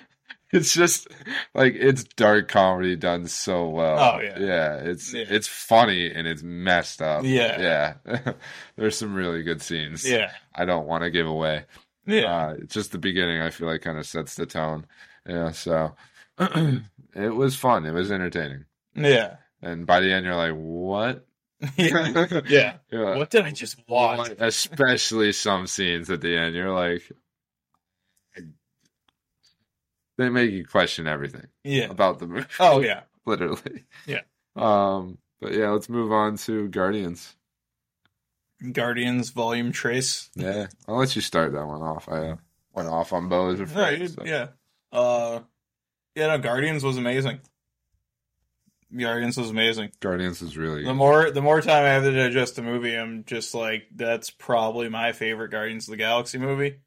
Speaker 1: it's just like it's dark comedy done so well.
Speaker 2: Oh, yeah.
Speaker 1: yeah. It's
Speaker 2: Yeah.
Speaker 1: it's funny and it's messed up.
Speaker 2: Yeah.
Speaker 1: yeah. There's some really good scenes.
Speaker 2: Yeah.
Speaker 1: I don't want to give away.
Speaker 2: Yeah.
Speaker 1: Uh, just the beginning, I feel like, kind of sets the tone. Yeah, so it was fun. It was entertaining,
Speaker 2: Yeah.
Speaker 1: and by the end, you're like, what?
Speaker 2: Yeah. Yeah.
Speaker 1: You're like,
Speaker 2: What did I just watch?
Speaker 1: Especially some scenes at the end, you're like, they make you question everything
Speaker 2: Yeah.
Speaker 1: about the movie.
Speaker 2: Oh yeah.
Speaker 1: literally.
Speaker 2: Yeah.
Speaker 1: Um. But yeah, let's move on to Guardians.
Speaker 2: Guardians Volume Trace.
Speaker 1: Yeah, I'll let you start that one off. I uh, went off on bows. before,
Speaker 2: No, you-
Speaker 1: so.
Speaker 2: yeah. Uh yeah, no, Guardians was amazing. Guardians was amazing.
Speaker 1: Guardians is really
Speaker 2: The more the more time I have to digest the movie, I'm just like, that's probably my favorite Guardians of the Galaxy movie.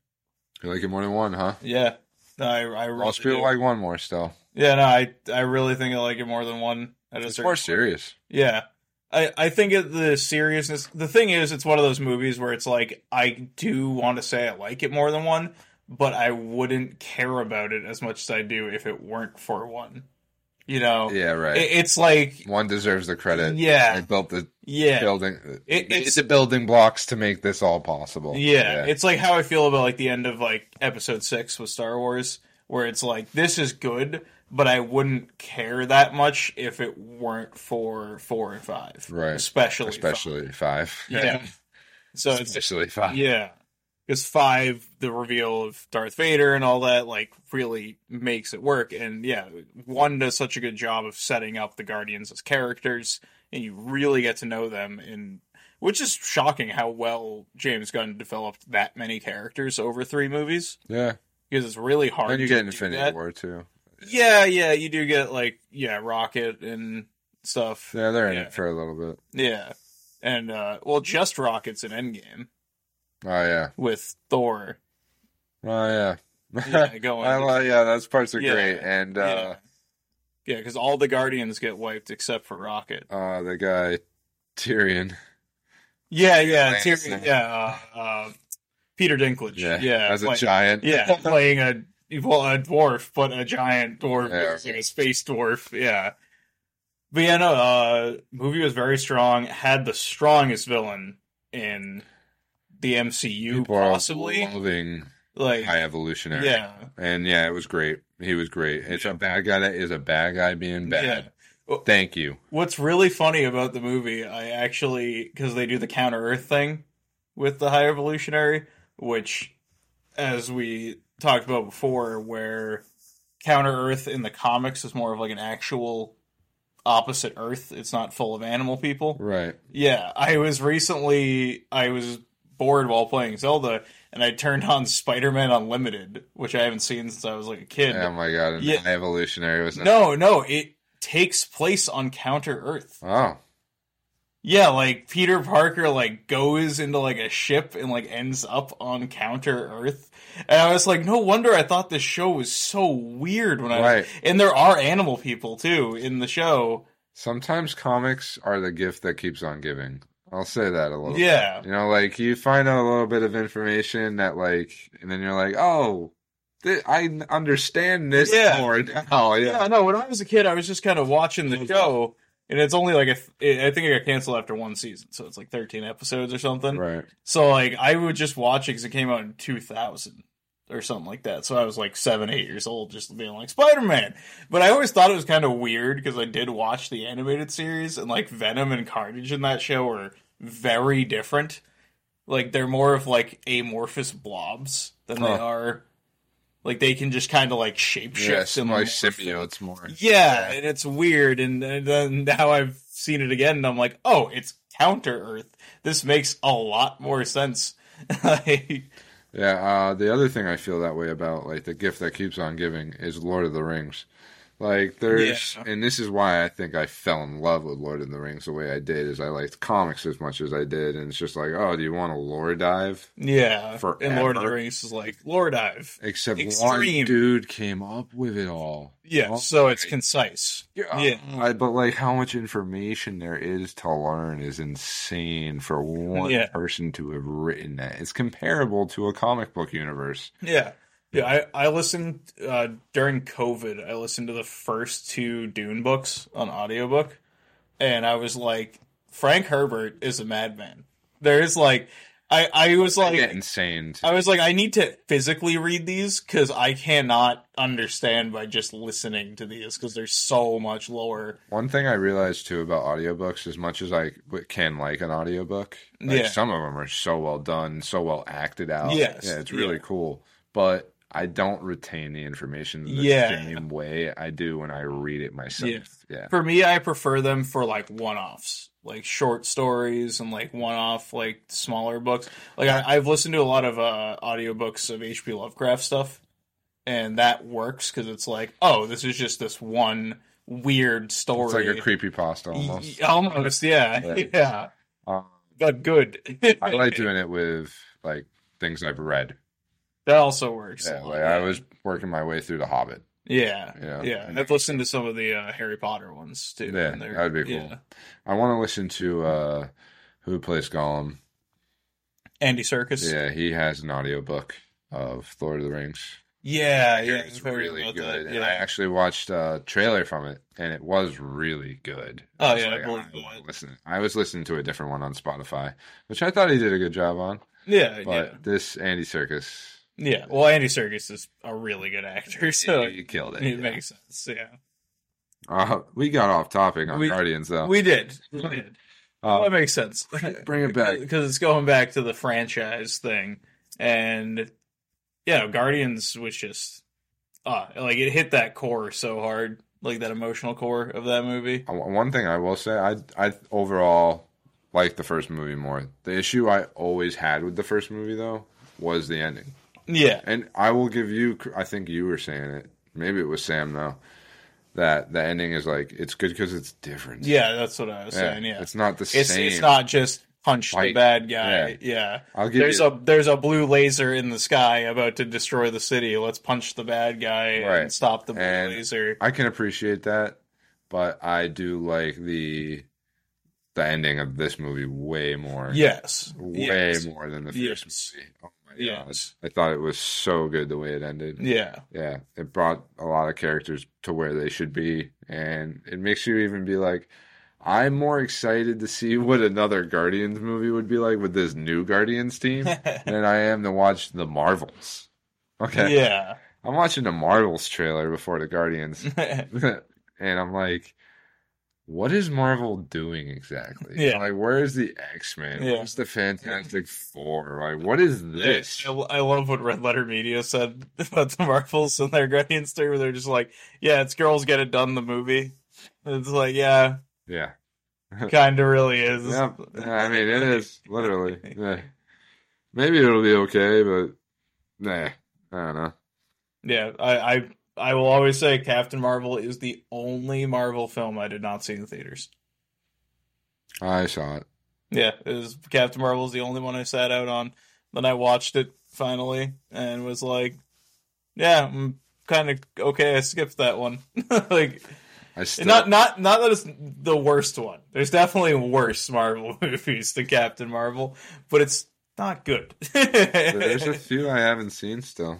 Speaker 1: you like it more than one, huh?
Speaker 2: Yeah. No, I I really
Speaker 1: Most people
Speaker 2: do.
Speaker 1: like one more still.
Speaker 2: Yeah, no, I I really think I like it more than one at a
Speaker 1: It's
Speaker 2: certain
Speaker 1: more serious.
Speaker 2: Yeah. I, I think it, the seriousness the thing is it's one of those movies where it's like I do want to say I like it more than one, but I wouldn't care about it as much as I do if it weren't for one. You know?
Speaker 1: Yeah, right.
Speaker 2: Oh. It- it's like
Speaker 1: one deserves the credit. They
Speaker 2: yeah.
Speaker 1: built the
Speaker 2: Yeah.
Speaker 1: building.
Speaker 2: It-
Speaker 1: it's
Speaker 2: it's-
Speaker 1: the building blocks to make this all possible.
Speaker 2: Yeah, it's like how I feel about like the end of like episode 6 with Star Wars where it's like this is good, but I wouldn't care that much if it weren't for 4 and 5.
Speaker 1: Right.
Speaker 2: Especially five.
Speaker 1: especially five.
Speaker 2: Yeah. So it's
Speaker 1: especially five.
Speaker 2: Yeah. Because five, the reveal of Darth Vader and all that, like, really makes it work. And yeah, one does such a good job of setting up the Guardians as characters, and you really get to know them. And which is shocking how well James Gunn developed that many characters over three movies.
Speaker 1: yeah.
Speaker 2: Because it's really hard.
Speaker 1: And you
Speaker 2: to
Speaker 1: get
Speaker 2: do
Speaker 1: Infinity
Speaker 2: that.
Speaker 1: War too.
Speaker 2: Yeah, yeah, you do get like yeah, Rocket and stuff.
Speaker 1: Yeah, they're in
Speaker 2: Yeah.
Speaker 1: it for a little bit.
Speaker 2: Yeah, and uh well, just Rocket's an Endgame
Speaker 1: Oh yeah.
Speaker 2: with Thor.
Speaker 1: Oh yeah.
Speaker 2: Yeah, going.
Speaker 1: I li- yeah, those parts are
Speaker 2: Yeah.
Speaker 1: great. And uh,
Speaker 2: yeah, because all the Guardians get wiped except for Rocket.
Speaker 1: uh, the guy Tyrion,
Speaker 2: Yeah, yeah,
Speaker 1: Lance,
Speaker 2: Tyrion, yeah, uh, uh, Peter Dinklage.
Speaker 1: yeah,
Speaker 2: Yeah,
Speaker 1: as a
Speaker 2: play-
Speaker 1: giant,
Speaker 2: yeah, playing a well a dwarf, but a giant dwarf,
Speaker 1: Yeah.
Speaker 2: like a space dwarf. Yeah, but yeah, no, uh, movie was very strong. Had the strongest villain in the MCU,
Speaker 1: people are
Speaker 2: possibly.
Speaker 1: loving
Speaker 2: Like,
Speaker 1: high evolutionary.
Speaker 2: yeah,
Speaker 1: and yeah, it was great. He was great. It's a bad guy that is a bad guy being bad.
Speaker 2: Yeah.
Speaker 1: Thank you.
Speaker 2: What's really funny about the movie, I actually, because they do the counter Earth thing with the High Evolutionary, which, as we talked about before, where counter Earth in the comics is more of like an actual opposite Earth, it's not full of animal people.
Speaker 1: Right.
Speaker 2: Yeah, I was recently I was bored while playing Zelda, and I turned on Spider Man Unlimited, which I haven't seen since I was like a kid.
Speaker 1: Oh my god. And
Speaker 2: Yeah.
Speaker 1: High evolutionary was
Speaker 2: no, no, it takes place on counter Earth.
Speaker 1: Oh,
Speaker 2: Yeah, like Peter Parker like goes into like a ship and like ends up on counter Earth. And I was like, no wonder I thought this show was so weird when I
Speaker 1: right.
Speaker 2: and there are animal people too in the show.
Speaker 1: Sometimes comics are the gift that keeps on giving. I'll say that a little.
Speaker 2: Yeah.
Speaker 1: You know, like you find out a little bit of information that, like, and then you're like, oh, th- I n- understand this
Speaker 2: Yeah.
Speaker 1: more now.
Speaker 2: Yeah,
Speaker 1: Yeah.
Speaker 2: I know. When I was a kid, I was just kind of watching the show and it's only like a th- I think it got canceled after one season, so it's like 13 episodes or something.
Speaker 1: Right.
Speaker 2: So like I would just watch it because it came out in 2000 or something like that. So I was like seven, eight years old, just being like Spider Man. But I always thought it was kind of weird because I did watch the animated series and like Venom and Carnage in that show are very different. Like they're more of like amorphous blobs than they
Speaker 1: Huh.
Speaker 2: are. Like they can just kind of like shape shift.
Speaker 1: yeah, some like symbiotes more.
Speaker 2: Yeah, and it's weird. And, and then now I've seen it again, and I'm like, oh, it's Counter Earth. This makes a lot more sense. Like,
Speaker 1: Yeah, uh, the other thing I feel that way about, like the gift that keeps on giving, is Lord of the Rings. Like there's,
Speaker 2: Yeah.
Speaker 1: and this is why I think I fell in love with Lord of the Rings the way I did. Is I liked comics as much as I did, and it's just like, oh, do you want a lore dive?
Speaker 2: yeah, and Lord of the
Speaker 1: Forever.
Speaker 2: Rings is like Lord I've.
Speaker 1: Except
Speaker 2: Extreme.
Speaker 1: one dude came up with it all.
Speaker 2: Yeah,
Speaker 1: Oh,
Speaker 2: so it's
Speaker 1: right.
Speaker 2: concise.
Speaker 1: Yeah,
Speaker 2: Yeah.
Speaker 1: I, but like how much information there is to learn is insane for one
Speaker 2: Yeah.
Speaker 1: person to have written that. It's comparable to a comic book universe.
Speaker 2: Yeah. Yeah, I, I listened uh, during COVID, I listened to the first two Dune books on audiobook, and I was like, Frank Herbert is a madman. There is like I, I was like
Speaker 1: Get insane.
Speaker 2: I was like, I need to physically read these because I cannot understand by just listening to these because there's so much lore.
Speaker 1: One thing I realized too about audiobooks, as much as I w- can like an audiobook, like
Speaker 2: Yeah.
Speaker 1: some of them are so well done, so well acted out.
Speaker 2: Yes.
Speaker 1: Yeah, it's really
Speaker 2: Yeah.
Speaker 1: cool. But I don't retain the information the
Speaker 2: Yeah.
Speaker 1: same way I do when I read it myself.
Speaker 2: Yeah.
Speaker 1: yeah.
Speaker 2: For me, I prefer them for like one offs, like short stories and like one off, like smaller books. Like I, I've listened to a lot of uh, audiobooks of H.P. Lovecraft stuff, and that works because it's like, oh, this is just this one weird story.
Speaker 1: It's like a creepy pasta almost.
Speaker 2: Y- almost, yeah,
Speaker 1: Yeah.
Speaker 2: yeah,
Speaker 1: Um,
Speaker 2: but good.
Speaker 1: I like doing it with like things I've read.
Speaker 2: that also works.
Speaker 1: Yeah, like I was working my way through The Hobbit.
Speaker 2: Yeah,
Speaker 1: Yeah.
Speaker 2: yeah. And I've listened to some of the uh, Harry Potter ones too.
Speaker 1: Yeah,
Speaker 2: and they're-
Speaker 1: that'd be cool. I want to listen to uh, who plays Gollum.
Speaker 2: Andy Circus. Yeah,
Speaker 1: Yeah, he has an audiobook of Lord of the Rings.
Speaker 2: yeah,
Speaker 1: Yeah,
Speaker 2: I've
Speaker 1: it's
Speaker 2: heard
Speaker 1: really
Speaker 2: about
Speaker 1: good.
Speaker 2: that,
Speaker 1: And
Speaker 2: Yeah.
Speaker 1: I actually watched a trailer from it, and it was really good.
Speaker 2: Oh,
Speaker 1: was
Speaker 2: yeah, I
Speaker 1: like,
Speaker 2: believe
Speaker 1: I
Speaker 2: it.
Speaker 1: wanna listen. I was listening to a different one on Spotify, which I thought he did a good job on.
Speaker 2: yeah,
Speaker 1: But
Speaker 2: yeah,
Speaker 1: this Andy Circus,
Speaker 2: yeah. Well, Andy Circus is a really good actor, so
Speaker 1: he killed it.
Speaker 2: it
Speaker 1: yeah.
Speaker 2: makes sense. Yeah,
Speaker 1: Uh, we got off topic on
Speaker 2: We-
Speaker 1: Guardians though.
Speaker 2: we did. We did. Well,
Speaker 1: uh,
Speaker 2: it makes sense
Speaker 1: bring it back.
Speaker 2: because it's going back to the franchise thing, and yeah, Guardians was just ah, like it hit that core so hard, like that emotional core of that movie.
Speaker 1: Uh, One thing I will say, I I overall like the first movie more. The issue I always had with the first movie though was the ending.
Speaker 2: Yeah,
Speaker 1: And I will give you. cr- I think you were saying it. Maybe it was Sam though. That the ending is like it's good because it's different.
Speaker 2: Yeah, that's what I was saying. Yeah,
Speaker 1: it's not the
Speaker 2: it's
Speaker 1: same.
Speaker 2: it's not just punch the
Speaker 1: Fight.
Speaker 2: bad guy. Yeah,
Speaker 1: I'll give
Speaker 2: there's
Speaker 1: you.
Speaker 2: a there's a blue laser in the sky about to destroy the city. Let's punch the bad guy
Speaker 1: Right.
Speaker 2: and stop the blue
Speaker 1: And-
Speaker 2: laser.
Speaker 1: I can appreciate that, but I do like the the ending of this movie way more.
Speaker 2: Yes,
Speaker 1: way
Speaker 2: Yes.
Speaker 1: more than the first
Speaker 2: Yes.
Speaker 1: movie. Oh my god!
Speaker 2: Yes.
Speaker 1: I thought it was so good the way it ended.
Speaker 2: Yeah,
Speaker 1: yeah, it brought a lot of characters to where they should be, and it makes you even be like, I'm more excited to see what another Guardians movie would be like with this new Guardians team than I am to watch the Marvels. Okay,
Speaker 2: yeah,
Speaker 1: I'm watching the Marvels trailer before the Guardians, and I'm like. What is Marvel doing exactly?
Speaker 2: Yeah.
Speaker 1: Like, where is the X Men?
Speaker 2: Yeah.
Speaker 1: Where's the Fantastic Four? Like, what is this?
Speaker 2: I, I love what Red Letter Media said about the Marvels and their Guardians three, where they're just like, "Yeah, it's girls get it done." The movie, it's like, yeah,
Speaker 1: Yeah.
Speaker 2: kind of really is.
Speaker 1: Yeah, I mean it is literally. Yeah. Maybe it'll be okay, but nah, I don't know.
Speaker 2: Yeah, I, I I will always say Captain Marvel is the only Marvel film I did not see in theaters.
Speaker 1: I saw it.
Speaker 2: Yeah, it was Captain Marvel is the only one I sat out on. Then I watched it finally and was like, yeah, I'm kind of okay. I skipped that one. like
Speaker 1: I still
Speaker 2: not not not that it's the worst one. There's definitely worse Marvel movies than Captain Marvel, but it's not good.
Speaker 1: there's a few I haven't seen still.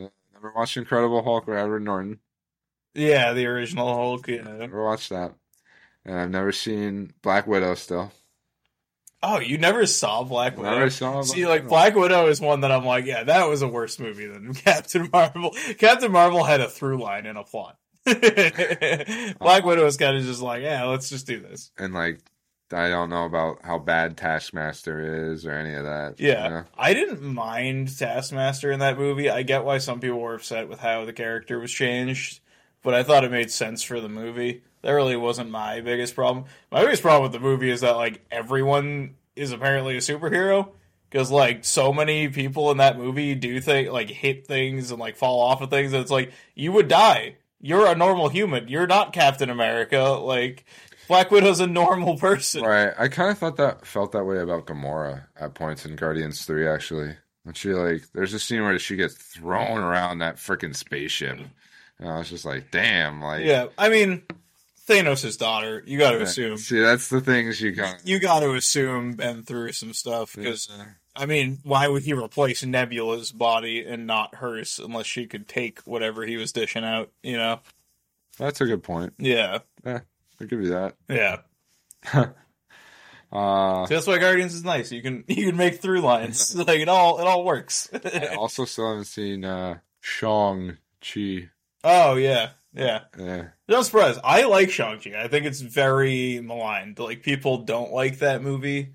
Speaker 1: I Never watched Incredible Hulk or Edward Norton.
Speaker 2: yeah, the original Hulk. Yeah.
Speaker 1: Never watched that, and I've never seen Black Widow still.
Speaker 2: Oh, you never saw Black Widow?
Speaker 1: Never saw.
Speaker 2: See, like Black Widow is one that I'm like, yeah, that was a worse movie than Captain Marvel. Captain Marvel had a through line and a plot. Black Widow's kind of just like, yeah, let's just do this.
Speaker 1: and like I don't know about how bad Taskmaster is or any of that. you
Speaker 2: Yeah.
Speaker 1: know?
Speaker 2: I didn't mind Taskmaster in that movie. I get why some people were upset with how the character was changed, but I thought it made sense for the movie. That really wasn't my biggest problem. My biggest problem with the movie is that like everyone is apparently a superhero because like so many people in that movie do think like hit things and like fall off of things. And it's like you would die. You're a normal human. You're not Captain America. Like Black Widow's a normal person.
Speaker 1: Right. I kind of thought that felt that way about Gamora at points in Guardians Three, actually. When she like, there's a scene where she gets thrown around that freaking spaceship, and I was just like, damn, like, uh,
Speaker 2: Yeah, I mean, Thanos' daughter. You got to assume.
Speaker 1: See, that's the things you got.
Speaker 2: You got to assume Ben threw some stuff because uh, I mean, why would he replace Nebula's body and not hers unless she could take whatever he was dishing out? You know?
Speaker 1: That's a good point.
Speaker 2: Yeah,
Speaker 1: I'll give you that.
Speaker 2: yeah.
Speaker 1: Uh,
Speaker 2: So that's why Guardians is nice. You can you can make through lines. like it all it all works.
Speaker 1: I also still haven't seen uh, Shang Chi.
Speaker 2: oh yeah, yeah.
Speaker 1: Yeah.
Speaker 2: No surprise. I like Shang-Chi. I think it's very maligned. Like people don't like that movie,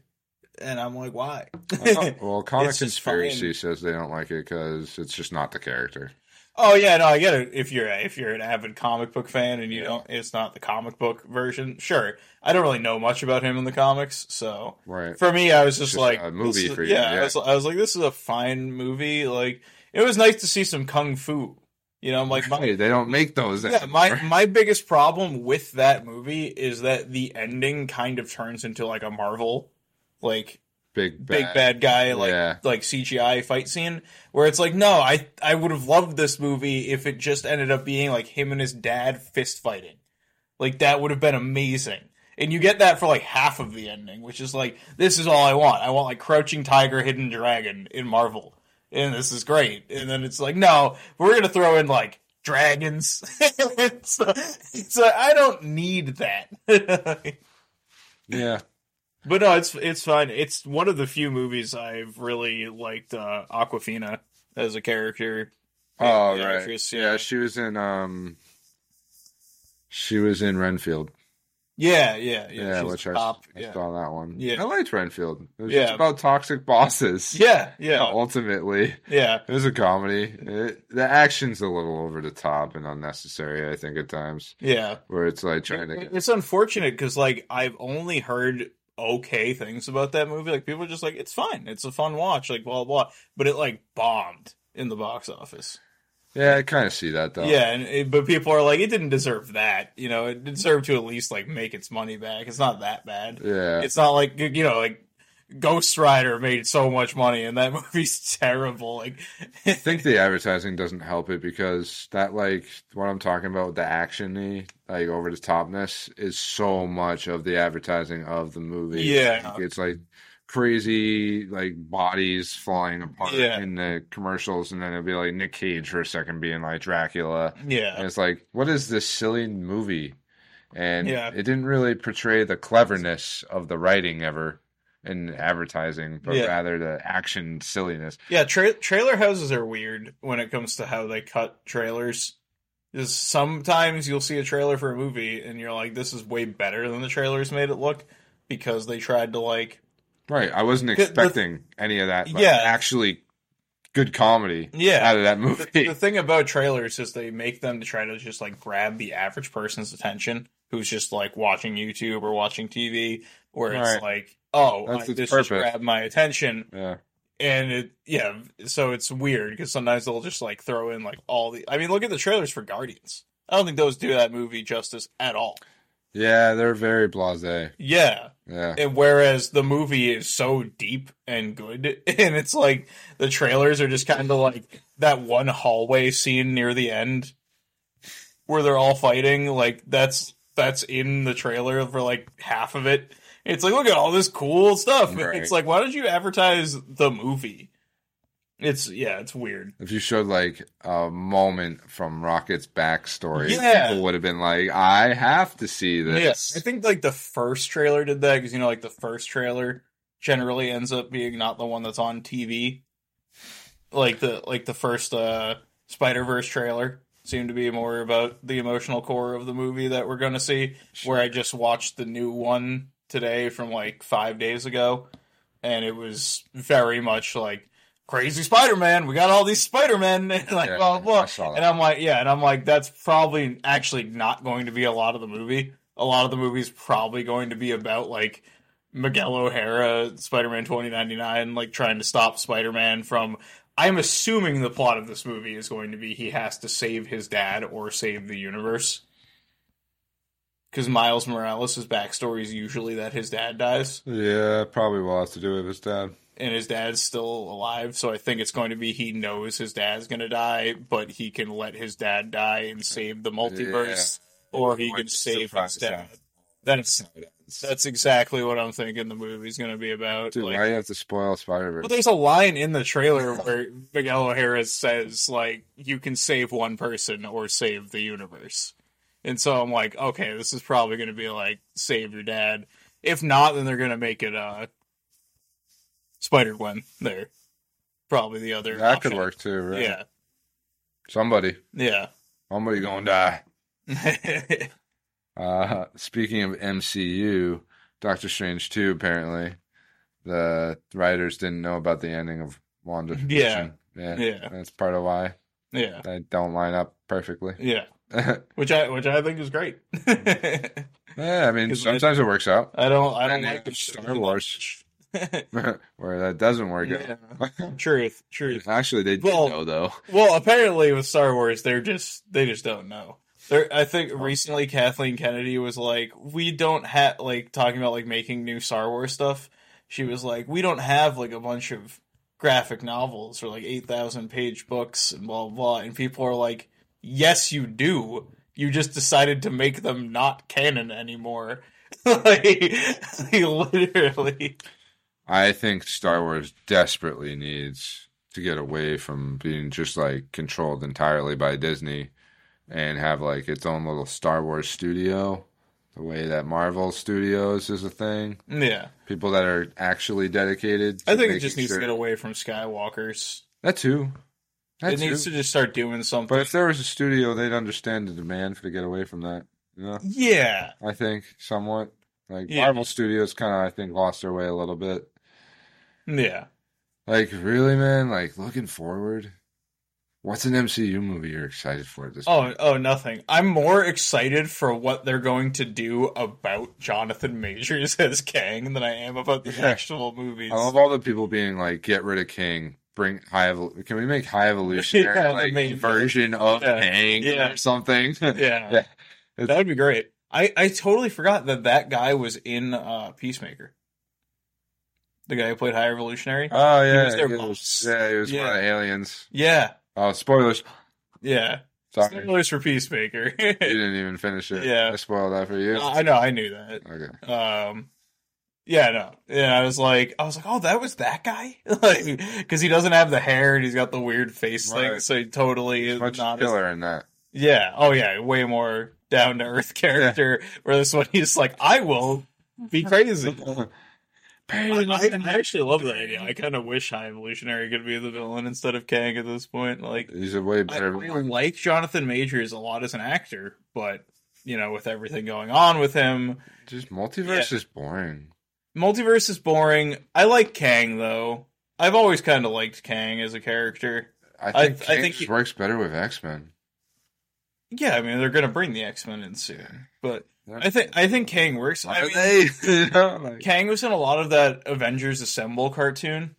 Speaker 2: and I'm like, why?
Speaker 1: Oh, well, comic
Speaker 2: It's just
Speaker 1: conspiracy
Speaker 2: fine.
Speaker 1: says they don't like it because it's just not the character.
Speaker 2: Oh yeah, no, I get it. If you're if you're an avid comic book fan and you
Speaker 1: Yeah.
Speaker 2: don't, it's not the comic book version. Sure, I don't really know much about him in the comics, so
Speaker 1: Right.
Speaker 2: for me, I was just,
Speaker 1: Just
Speaker 2: like
Speaker 1: a movie
Speaker 2: this is-
Speaker 1: for you,
Speaker 2: yeah,
Speaker 1: yeah.
Speaker 2: I, was, I was like, this is a fine movie. Like it was nice to see some kung fu. You know, I'm like my,
Speaker 1: Hey, they don't make those.
Speaker 2: yeah, my
Speaker 1: anymore.
Speaker 2: my biggest problem with that movie is that the ending kind of turns into like a Marvel like
Speaker 1: big bad.
Speaker 2: big bad guy like
Speaker 1: Yeah.
Speaker 2: like CGI fight scene where it's like no I I would have loved this movie if it just ended up being like him and his dad fist fighting like that would have been amazing and you get that for like half of the ending which is like this is all I want I want like crouching tiger hidden dragon in Marvel and this is great and then it's like no we're gonna throw in like dragons so, so I don't need that
Speaker 1: Yeah.
Speaker 2: But no, it's it's fine. It's one of the few movies I've really liked uh, Aquafina as a character.
Speaker 1: Oh
Speaker 2: the
Speaker 1: right.
Speaker 2: actress,
Speaker 1: yeah.
Speaker 2: yeah.
Speaker 1: she was in um she was in Renfield.
Speaker 2: Yeah, yeah, yeah.
Speaker 1: Yeah,
Speaker 2: she's
Speaker 1: which
Speaker 2: the
Speaker 1: I,
Speaker 2: top.
Speaker 1: I
Speaker 2: Yeah.
Speaker 1: saw that one.
Speaker 2: Yeah.
Speaker 1: I liked Renfield. It was
Speaker 2: Yeah.
Speaker 1: just about toxic bosses.
Speaker 2: yeah,
Speaker 1: Oh.
Speaker 2: yeah,
Speaker 1: Ultimately.
Speaker 2: yeah,
Speaker 1: It was a comedy. It, the action's a little over the top and unnecessary, I think, at times.
Speaker 2: yeah.
Speaker 1: Where it's like trying to get
Speaker 2: It's unfortunate because like I've only heard okay things about that movie. Like people are just like, it's fine, it's a fun watch, like blah blah. blah. But it like bombed in the box office.
Speaker 1: Yeah, I kinda see that though.
Speaker 2: Yeah, and it, but people are like, it didn't deserve that. You know, it deserved to at least like make its money back. It's not that bad.
Speaker 1: Yeah.
Speaker 2: It's not like you know, like Ghost Rider made so much money, and that movie's terrible. Like,
Speaker 1: I think the advertising doesn't help it because that like what I'm talking about, the actiony, like over the topness, is so much of the advertising of the movie.
Speaker 2: Yeah.
Speaker 1: Like, it's like crazy like bodies flying apart
Speaker 2: Yeah.
Speaker 1: in the commercials and then it'll be like Nick Cage for a second being like Dracula. And
Speaker 2: yeah,
Speaker 1: it's like, what is this silly movie? And
Speaker 2: Yeah.
Speaker 1: it didn't really portray the cleverness of the writing ever in advertising, but
Speaker 2: Yeah.
Speaker 1: rather the action silliness.
Speaker 2: yeah. Tra- trailer houses are weird when it comes to how they cut trailers. Is sometimes you'll see a trailer for a movie, and you're like, this is way better than the trailers made it look because they tried to like,
Speaker 1: Right. I wasn't
Speaker 2: the-
Speaker 1: expecting any of that. yeah.
Speaker 2: Yeah.
Speaker 1: Actually, good comedy
Speaker 2: yeah.
Speaker 1: out of that
Speaker 2: the,
Speaker 1: movie.
Speaker 2: the thing about trailers is they make them to try to just like grab the average person's attention who's just like watching YouTube or watching TV, where it's
Speaker 1: Right.
Speaker 2: like, oh,
Speaker 1: That's
Speaker 2: I,
Speaker 1: its
Speaker 2: this
Speaker 1: purpose.
Speaker 2: just grabbed my attention,
Speaker 1: yeah.
Speaker 2: and it yeah, so it's weird because sometimes they'll just like throw in like all the. I mean, look at the trailers for Guardians. I don't think those do that movie justice at all.
Speaker 1: Yeah, they're very blasé.
Speaker 2: Yeah,
Speaker 1: Yeah.
Speaker 2: and whereas the movie is so deep and good, and it's like the trailers are just kind of like that one hallway scene near the end where they're all fighting. Like that's that's in the trailer for like half of it. It's like look at all this cool stuff.
Speaker 1: Right.
Speaker 2: It's like why don't you advertise the movie? It's yeah, it's weird.
Speaker 1: If you showed like a moment from Rocket's backstory,
Speaker 2: Yeah.
Speaker 1: people would have been like, "I have to see
Speaker 2: Yes,
Speaker 1: this."
Speaker 2: I think like the first trailer did that because you know like the first trailer generally ends up being not the one that's on TV. Like the like the first uh Spider Verse trailer seemed to be more about the emotional core of the movie that we're going to see. Where I just watched the new one today from like five days ago, and it was very much like crazy Spider Man. We got all these Spider Men, and like,
Speaker 1: Yeah,
Speaker 2: well,
Speaker 1: I saw that.
Speaker 2: and I'm like, yeah, and I'm like, that's probably actually not going to be a lot of the movie. A lot of the movie's probably going to be about like Miguel O'Hara, Spider Man 2099, like trying to stop Spider Man from. I'm assuming the plot of this movie is going to be he has to save his dad or save the universe. Because Miles Morales' backstory is usually that his dad dies
Speaker 1: Yeah, probably will have to do with his dad.
Speaker 2: and his dad's still alive, so I think it's going to be he knows his dad's going to die, but he can let his dad die and save the multiverse, or he can save his dad. That's that's exactly what I'm thinking the movie's going to be about.
Speaker 1: Dude,
Speaker 2: like-
Speaker 1: why you have to spoil Spider
Speaker 2: but
Speaker 1: Verse?
Speaker 2: there's a line in the trailer where Miguel O'Hara says, like, you can save one person or save the universe. And so I'm like, okay, this is probably going to be like, save your dad. If not, then they're going to make it uh, Spider Gwen there. Probably the other.
Speaker 1: That could
Speaker 2: option.
Speaker 1: work too, right?
Speaker 2: Yeah.
Speaker 1: Somebody,
Speaker 2: Yeah.
Speaker 1: somebody gonna die. Uh, speaking of MCU, Doctor Strange 2, apparently, the writers didn't know about the ending of Wanda.
Speaker 2: Yeah.
Speaker 1: yeah.
Speaker 2: Yeah.
Speaker 1: That's part of why
Speaker 2: yeah.
Speaker 1: they don't line up perfectly.
Speaker 2: Yeah.
Speaker 1: yeah,
Speaker 2: Which I which I think is great. I
Speaker 1: I mean,
Speaker 2: 'Cause when it-
Speaker 1: sometimes it works out,
Speaker 2: don't I don't
Speaker 1: And
Speaker 2: like the
Speaker 1: then Star Wars. where that doesn't work
Speaker 2: yeah.
Speaker 1: out.
Speaker 2: Truth, truth.
Speaker 1: Actually, they did
Speaker 2: Well-
Speaker 1: know, though.
Speaker 2: Well, apparently with Star Wars, they're just they just don't know. They're, I think recently Kathleen Kennedy was like, "We don't have like talking about like making new Star Wars stuff." She was like, "We don't have like a bunch of graphic novels or like eight thousand page books and blah blah." blah." And people are like, "Yes, you do. You just decided to make them not canon anymore." like, literally,
Speaker 1: I think Star Wars desperately needs to get away from being just like controlled entirely by Disney and have like its own little Star Wars studio, the way that Marvel Studios is a thing.
Speaker 2: yeah.
Speaker 1: People that are actually dedicated.
Speaker 2: I think it
Speaker 1: making
Speaker 2: just needs
Speaker 1: sure-
Speaker 2: to get away from Skywalker's.
Speaker 1: That too. That
Speaker 2: It
Speaker 1: too.
Speaker 2: needs to just start doing something.
Speaker 1: But if there was a studio, they'd understand the demand for to get away from that. You know,
Speaker 2: Yeah,
Speaker 1: I think somewhat. Like
Speaker 2: Yeah.
Speaker 1: Marvel Studios, kind of I think lost their way a little bit.
Speaker 2: yeah,
Speaker 1: Like really, man. Like looking forward. What's an MCU movie you're excited for at this? point?
Speaker 2: Oh, oh, nothing. I'm more excited for what they're going to do about Jonathan Majors as Kang than I am about the
Speaker 1: Yeah.
Speaker 2: actual movies.
Speaker 1: I love all the people being like, "Get rid of King. Bring high. Evol- Can we make high evolutionary
Speaker 2: Yeah, the
Speaker 1: like
Speaker 2: main-
Speaker 1: version of
Speaker 2: Yeah.
Speaker 1: Kang
Speaker 2: Yeah.
Speaker 1: or something?"
Speaker 2: yeah,
Speaker 1: Yeah.
Speaker 2: that would be great. I I totally forgot that that guy was in uh, Peacemaker. The guy who played High Revolutionary.
Speaker 1: oh yeah,
Speaker 2: was their
Speaker 1: he
Speaker 2: boss.
Speaker 1: was, yeah, he was one of
Speaker 2: Yeah.
Speaker 1: the aliens.
Speaker 2: yeah,
Speaker 1: Oh, spoilers.
Speaker 2: yeah.
Speaker 1: Sorry, you
Speaker 2: Spoilers for Peacemaker.
Speaker 1: didn't even finish it.
Speaker 2: Yeah.
Speaker 1: I spoiled that for you.
Speaker 2: I know, I knew that.
Speaker 1: okay.
Speaker 2: Um, yeah, no, and I was like, I was like, oh, that was that guy, like, because he doesn't have the hair and he's got the weird face thing,
Speaker 1: Right.
Speaker 2: so he totally is
Speaker 1: Much
Speaker 2: not. as-
Speaker 1: killer in that.
Speaker 2: yeah, oh yeah, way more down to earth character. Where this one, he's like, I will be crazy. I, I- I actually love that idea. I kind of wish High Evolutionary could be the villain instead of Kang at this point. Like,
Speaker 1: He's a way
Speaker 2: I,
Speaker 1: better.
Speaker 2: I like Jonathan Majors a lot as an actor, but you know, with everything going on with him,
Speaker 1: Just multiverse is boring.
Speaker 2: Multiverse is boring. I like Kang though. I've always kind of liked Kang as a character. I-
Speaker 1: I think
Speaker 2: I
Speaker 1: Kang
Speaker 2: think
Speaker 1: just
Speaker 2: he-
Speaker 1: works better with X Men.
Speaker 2: Yeah, I mean they're gonna bring the X Men in soon, but I think I think Kang works. I
Speaker 1: Are
Speaker 2: mean,
Speaker 1: they? You know, like-
Speaker 2: Kang was in a lot of that Avengers Assemble cartoon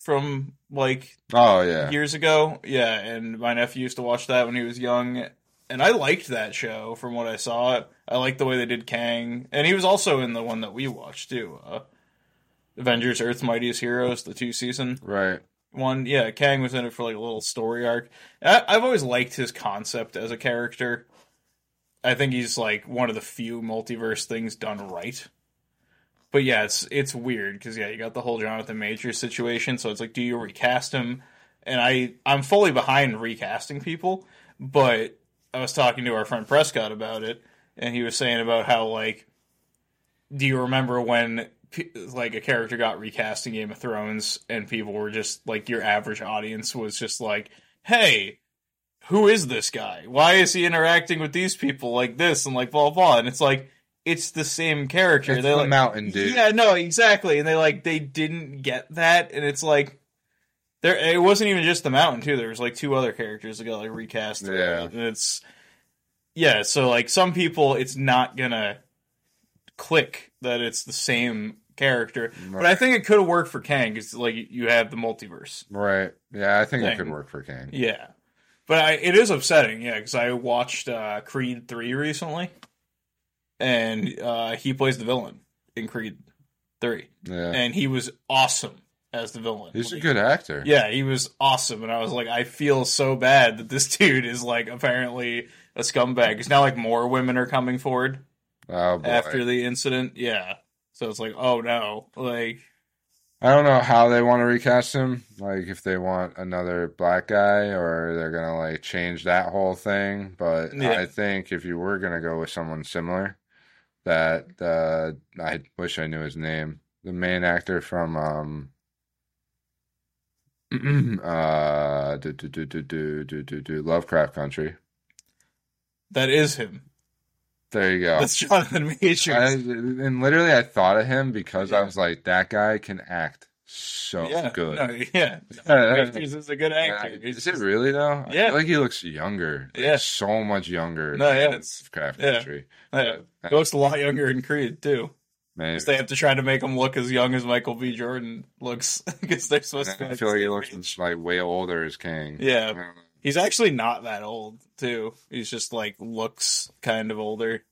Speaker 2: from like
Speaker 1: oh yeah,
Speaker 2: years ago. Yeah, and my nephew used to watch that when he was young, and I liked that show from what I saw. I liked the way they did Kang, and he was also in the one that we watched too, uh, Avengers: Earth's Mightiest Heroes, the two season.
Speaker 1: right.
Speaker 2: one. Yeah, Kang was in it for like a little story arc. I, I've always liked his concept as a character. I think he's like one of the few multiverse things done right. But yeah, it's it's weird because yeah, you got the whole Jonathan Majors situation. So it's like, do you recast him? And I I'm fully behind recasting people, but I was talking to our friend Prescott about it, and he was saying about how like, do you remember when p- like a character got recast in Game of Thrones and people were just like your average audience was just like, hey, who is this guy? Why is he interacting with these people like this and like blah blah? And it's like it's the same character.
Speaker 1: It's
Speaker 2: they
Speaker 1: the
Speaker 2: like
Speaker 1: mountain dude.
Speaker 2: Yeah, no, exactly. And they like they didn't get that, and it's like there. It wasn't even just the mountain too. There was like two other characters that got like recast. or
Speaker 1: Yeah.
Speaker 2: whatever. and it's yeah. So like some people, it's not gonna click that it's the same character. But I think it could have worked for Kang because like you have the multiverse.
Speaker 1: Right. Yeah, I think it
Speaker 2: Thing.
Speaker 1: could work for Kang.
Speaker 2: Yeah. But I, it is upsetting, yeah, because I watched uh, Creed 3 recently, and uh, he plays the villain in Creed 3.
Speaker 1: Yeah.
Speaker 2: And he was awesome as the villain.
Speaker 1: He's a
Speaker 2: Like,
Speaker 1: good actor.
Speaker 2: Yeah, he was awesome. And I was like, I feel so bad that this dude is, like, apparently a scumbag. Because now, like, more women are coming forward
Speaker 1: Oh boy.
Speaker 2: after the incident. Yeah. So it's like, oh no. Like,
Speaker 1: I don't know how they want to recast him. Like if they want another black guy or they're gonna like change that whole thing. But
Speaker 2: Yeah.
Speaker 1: I think if you were gonna go with someone similar, that uh, I wish I knew his name. The main actor from um uh do do do do do do do do Lovecraft Country.
Speaker 2: that is him.
Speaker 1: There you go.
Speaker 2: That's Jonathan Majors.
Speaker 1: I, and literally, I thought of him because I
Speaker 2: Yeah.
Speaker 1: was like, that guy can act so
Speaker 2: yeah.
Speaker 1: good.
Speaker 2: No, yeah.
Speaker 1: Uh,
Speaker 2: Majors is a good actor. It's
Speaker 1: Is it
Speaker 2: just-
Speaker 1: really though? I
Speaker 2: Yeah.
Speaker 1: feel like he looks younger. Like,
Speaker 2: Yeah.
Speaker 1: so much younger.
Speaker 2: No, yeah,
Speaker 1: than
Speaker 2: it's-
Speaker 1: Craft
Speaker 2: yeah.
Speaker 1: Country.
Speaker 2: Yeah, he looks a lot younger in Creed too.
Speaker 1: Man,
Speaker 2: 'Cause They have to try to make him look as young as Michael B. Jordan looks because they're supposed to.
Speaker 1: I feel like he looks like way older as King.
Speaker 2: Yeah, he's actually not that old too. He's just like looks kind of older.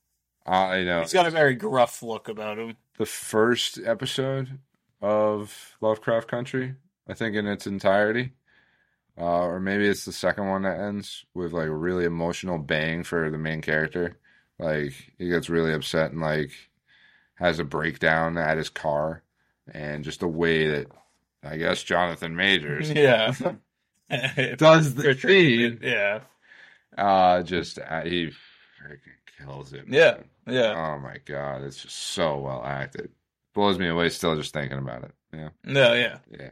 Speaker 1: I know.
Speaker 2: He's got a very gruff look about him.
Speaker 1: the first episode of Lovecraft Country, I think in its entirety. Uh, or maybe it's the second one that ends with like a really emotional bang for the main character. Like he gets really upset and like has a breakdown at his car and just the way that I guess Jonathan Majors
Speaker 2: Yeah.
Speaker 1: does the
Speaker 2: Richard,
Speaker 1: scene.
Speaker 2: yeah,
Speaker 1: Uh just uh, he freaking kills it.
Speaker 2: Yeah.
Speaker 1: man.
Speaker 2: yeah,
Speaker 1: Oh my god, it's just so well acted. Blows me away still just thinking about it. Yeah.
Speaker 2: no, yeah.
Speaker 1: Yeah.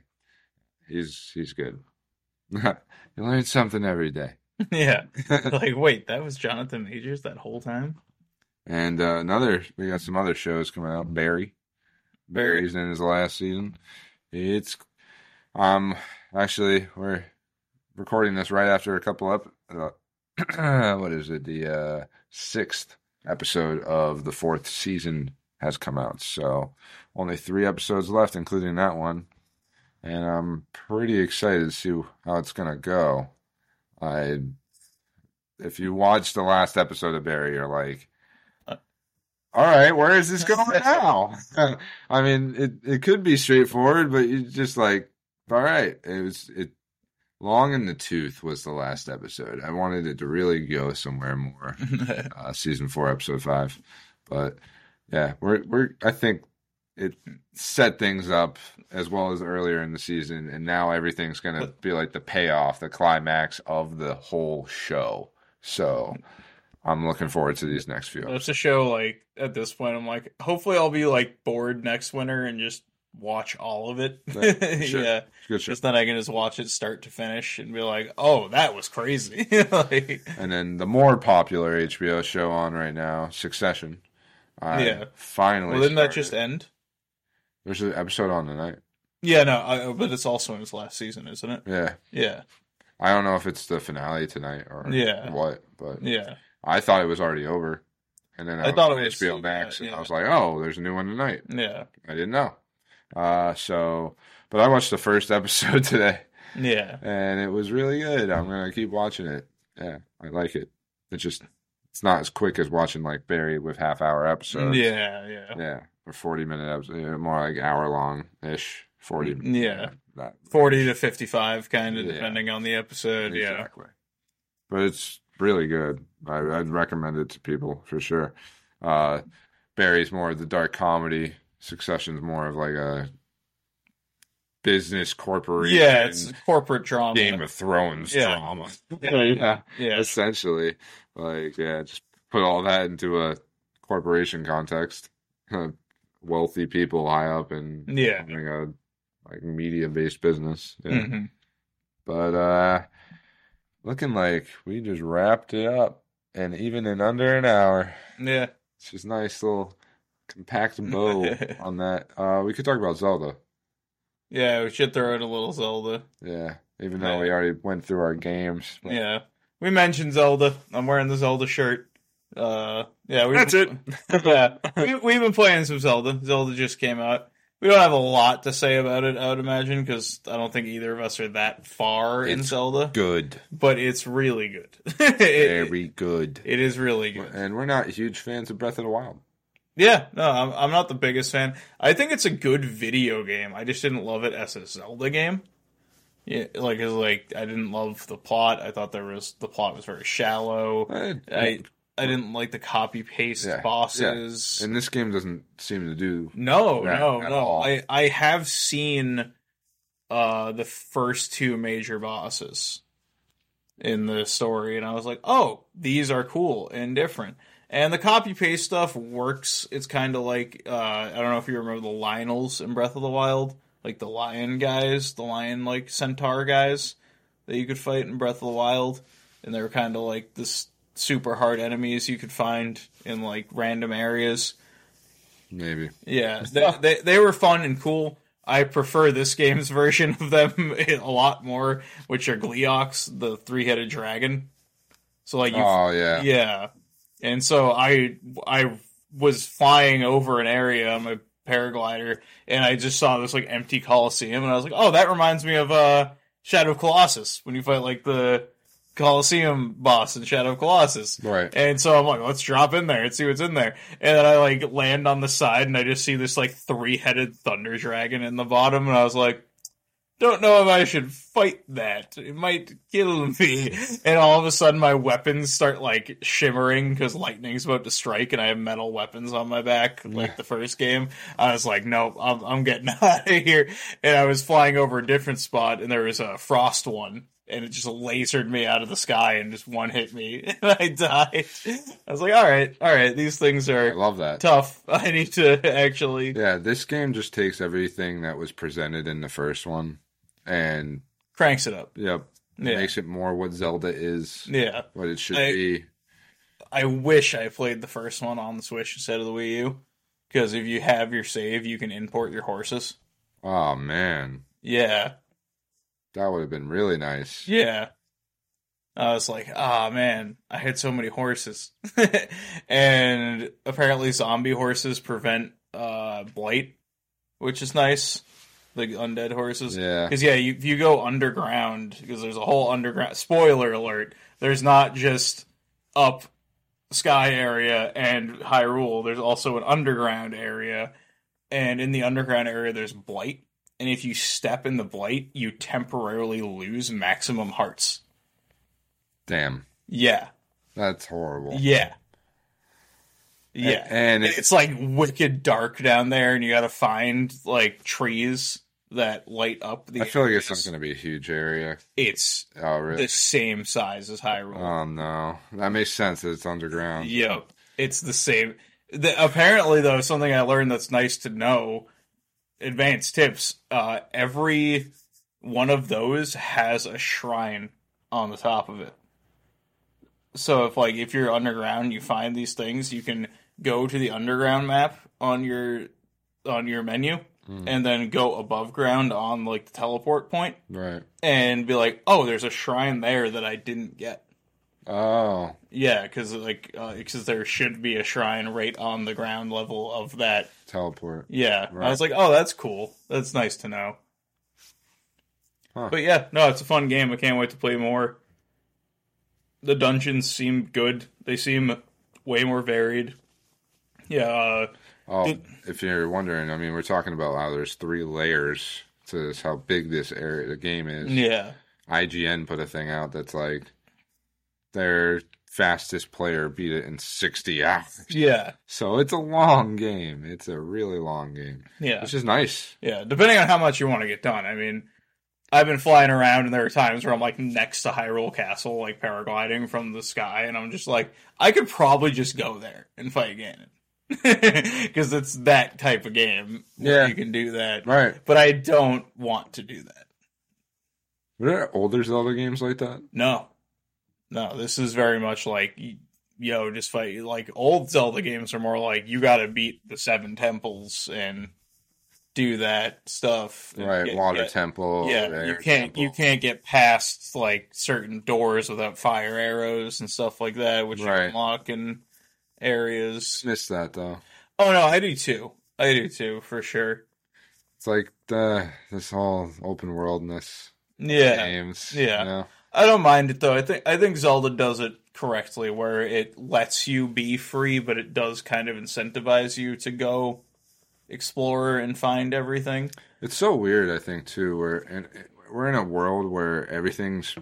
Speaker 1: He's he's good. you learn something every day.
Speaker 2: Yeah, like wait, that was Jonathan Majors that whole time.
Speaker 1: and uh, another we got some other shows coming out. Barry.
Speaker 2: Barry.
Speaker 1: Barry's in his last season. It's um actually we're recording this right after a couple up uh, what is it? The uh sixth episode of the fourth season has come out. So only three episodes left, including that one. And I'm pretty excited to see how it's gonna go. I if you watch the last episode of Barry, you're like all right, where is this going now? I mean, it, it could be straightforward, but you just like, all right, it was it long in the tooth was the last episode. I wanted it to really go somewhere more uh, season four, episode five. But yeah, we're we're I think it set things up as well as earlier in the season, and now everything's gonna be like the payoff, the climax of the whole show. So I'm looking forward to these next few. episodes.
Speaker 2: That's a show like at this point I'm like hopefully I'll be like bored next winter and just watch all of it.
Speaker 1: Yeah, sure.
Speaker 2: yeah.
Speaker 1: Good show.
Speaker 2: Just then I can just watch it start to finish and be like, "Oh, that was crazy." like,
Speaker 1: And then the more popular HBO show on right now, Succession. I
Speaker 2: Yeah.
Speaker 1: Finally,
Speaker 2: well, didn't that
Speaker 1: started.
Speaker 2: just end?
Speaker 1: There's an episode on tonight.
Speaker 2: Yeah, no, I, uh, but it's also in its last season, isn't it?
Speaker 1: Yeah.
Speaker 2: Yeah,
Speaker 1: I don't know if it's the finale tonight or
Speaker 2: Yeah.
Speaker 1: what, but
Speaker 2: yeah,
Speaker 1: I thought it was already over. And then I,
Speaker 2: I
Speaker 1: was
Speaker 2: thought
Speaker 1: on
Speaker 2: it was-
Speaker 1: HBO Max,
Speaker 2: yeah,
Speaker 1: and I
Speaker 2: yeah.
Speaker 1: was like, oh, there's a new one tonight.
Speaker 2: yeah,
Speaker 1: I didn't know. Uh, so, but I watched the first episode today,
Speaker 2: yeah.
Speaker 1: and it was really good. I'm gonna keep watching it. Yeah, I like it. It just it's not as quick as watching like Barry with half hour episodes.
Speaker 2: yeah, yeah,
Speaker 1: Yeah, or forty minute episode, yeah, more like hour long ish, forty.
Speaker 2: Mm, Yeah.
Speaker 1: that
Speaker 2: Forty to fifty-five, kind of
Speaker 1: Yeah.
Speaker 2: depending on the episode.
Speaker 1: exactly. But it's really good. I, I'd recommend it to people for sure. Uh, Barry's more of the dark comedy. Succession's more of like a business
Speaker 2: Yeah,
Speaker 1: corporation.
Speaker 2: yeah. It's corporate drama.
Speaker 1: Game of Thrones
Speaker 2: Yeah.
Speaker 1: drama. yeah,
Speaker 2: yeah,
Speaker 1: essentially. Like, yeah, just put all that into a corporation context. Wealthy people high up and
Speaker 2: yeah.
Speaker 1: having a like media based business. Yeah.
Speaker 2: hmm
Speaker 1: But uh looking like we just wrapped it up and even in under an hour.
Speaker 2: Yeah,
Speaker 1: It's just nice little compact bow on that. Uh, we could talk about Zelda.
Speaker 2: Yeah, we should throw in a little Zelda.
Speaker 1: Yeah, even though we already went through our games. but-
Speaker 2: Yeah. We mentioned Zelda. I'm wearing the Zelda shirt. Uh yeah, we
Speaker 1: That's it.
Speaker 2: yeah. We we've been playing some Zelda. Zelda just came out. We don't have a lot to say about it, I would imagine, because I don't think either of us are that far in
Speaker 1: It's
Speaker 2: Zelda.
Speaker 1: Good,
Speaker 2: But it's really good. it,
Speaker 1: very good.
Speaker 2: it is really good.
Speaker 1: And we're not huge fans of Breath of the Wild.
Speaker 2: Yeah, no, I'm, I'm not the biggest fan. I think it's a good video game. I just didn't love it as a Zelda game. Yeah, like it's like I didn't love the plot. I thought there was the plot was very shallow.
Speaker 1: Eh,
Speaker 2: I I didn't like the copy paste
Speaker 1: Yeah, yeah.
Speaker 2: bosses.
Speaker 1: and this game doesn't seem to do.
Speaker 2: No,
Speaker 1: Not
Speaker 2: no,
Speaker 1: at
Speaker 2: no.
Speaker 1: all.
Speaker 2: I I have seen uh the first two major bosses in the story and I was like, "Oh, these are cool and different." And the copy paste stuff works. It's kind of like uh I don't know if you remember the Lionels in Breath of the Wild, like the lion guys, the lion like centaur guys that you could fight in Breath of the Wild, and they were kind of like this super hard enemies you could find in like random areas.
Speaker 1: Maybe
Speaker 2: Yeah, they, they they were fun and cool. I prefer this game's version of them a lot more, which are Gleox, the three-headed dragon. So like you,
Speaker 1: Oh
Speaker 2: yeah.
Speaker 1: yeah.
Speaker 2: and so I I was flying over an area on my paraglider, and I just saw this like empty coliseum, and I was like, oh, that reminds me of uh Shadow of Colossus when you fight like the Coliseum boss in Shadow of Colossus.
Speaker 1: Right.
Speaker 2: And so I'm like, let's drop in there and see what's in there. And then I like land on the side and I just see this like three headed thunder dragon in the bottom. And I was like, don't know if I should fight that. It might kill me. And all of a sudden my weapons start like shimmering because lightning's about to strike and I have metal weapons on my back like
Speaker 1: Yeah.
Speaker 2: the first game. I was like, nope, I'm, I'm getting out of here. And I was flying over a different spot and there was a frost one and it just lasered me out of the sky and just one hit me and I died. I was like, all right, all right, these things
Speaker 1: I
Speaker 2: are
Speaker 1: love that.
Speaker 2: tough. I need to actually
Speaker 1: Yeah, this game just takes everything that was presented in the first one and
Speaker 2: cranks it up.
Speaker 1: yep,
Speaker 2: Yeah.
Speaker 1: makes it more what Zelda is,
Speaker 2: yeah.
Speaker 1: what it should
Speaker 2: I-
Speaker 1: be.
Speaker 2: I wish I played the first one on the Switch instead of the Wii U. Because if you have your save, you can import your horses.
Speaker 1: Oh man,
Speaker 2: Yeah,
Speaker 1: that would have been really nice.
Speaker 2: yeah. I was like, ah, man, I had so many horses. and apparently, zombie horses prevent uh, blight, which is nice. Like undead horses.
Speaker 1: Yeah.
Speaker 2: Because yeah, you, if you go underground, because there's a whole underground. Spoiler alert: there's not just up sky area and Hyrule. There's also an underground area, and in the underground area, there's blight. And if you step in the blight, you temporarily lose maximum hearts.
Speaker 1: Damn,
Speaker 2: Yeah,
Speaker 1: that's horrible.
Speaker 2: yeah, yeah.
Speaker 1: and
Speaker 2: And
Speaker 1: it,
Speaker 2: it's like wicked dark down there, and you got to find like trees that light up the.
Speaker 1: I feel like it's not
Speaker 2: areas.
Speaker 1: going to be a huge area.
Speaker 2: It's
Speaker 1: Oh really?
Speaker 2: the same size as Hyrule.
Speaker 1: oh no, that makes sense. That it's underground.
Speaker 2: Yep, it's the same. The, apparently, though, something I learned that's nice to know. Advanced tips. Uh, every one of those has a shrine on the top of it. So if like if you're underground, you find these things, you can go to the underground map on your on your menu,
Speaker 1: Mm.
Speaker 2: and then go above ground on like the teleport point,
Speaker 1: Right.
Speaker 2: and be like, oh, there's a shrine there that I didn't get.
Speaker 1: Oh,
Speaker 2: Yeah, because like because there should be a shrine right on the ground level of that.
Speaker 1: teleport.
Speaker 2: Yeah,
Speaker 1: Right.
Speaker 2: I was like, oh, that's cool. That's nice to know.
Speaker 1: Huh.
Speaker 2: But yeah, no, it's a fun game. I can't wait to play more. The dungeons seem good. They seem way more varied. Yeah, uh,
Speaker 1: Oh,
Speaker 2: Did-
Speaker 1: if you're wondering, I mean, we're talking about how there's three layers to this, how big this area, the game is.
Speaker 2: yeah,
Speaker 1: IGN put a thing out that's like their fastest player beat it in 60 hours.
Speaker 2: yeah,
Speaker 1: So it's a long game. It's a really long game,
Speaker 2: yeah,
Speaker 1: which is nice.
Speaker 2: yeah. Depending on how much you want to get done. I mean, I've been flying around, and there are times where I'm like next to Hyrule Castle, like paragliding from the sky, and I'm just like, I could probably just go there and fight Ganon. Because it's that type of game where
Speaker 1: Yeah.
Speaker 2: you can do that.
Speaker 1: Right.
Speaker 2: But I don't want to do that.
Speaker 1: Were there older Zelda games like that?
Speaker 2: No, no. This is very much like y- yo, just fight. Like old Zelda games are more like you got to beat the seven temples and do that stuff. and
Speaker 1: right?
Speaker 2: get-
Speaker 1: Water
Speaker 2: get-
Speaker 1: temple.
Speaker 2: yeah,
Speaker 1: air
Speaker 2: you can't you
Speaker 1: temple.
Speaker 2: can't get past like certain doors without fire arrows and stuff like that, which
Speaker 1: Right.
Speaker 2: you unlock in areas.
Speaker 1: miss that though.
Speaker 2: Oh no, I do too. I do too for sure.
Speaker 1: It's like the this whole open worldness
Speaker 2: Yeah.
Speaker 1: games.
Speaker 2: Yeah.
Speaker 1: you know?
Speaker 2: I don't mind it though. I think I think Zelda does it correctly, where it lets you be free, but it does kind of incentivize you to go explore and find everything.
Speaker 1: It's so weird, I think, too. We're in, we're in a world where everything's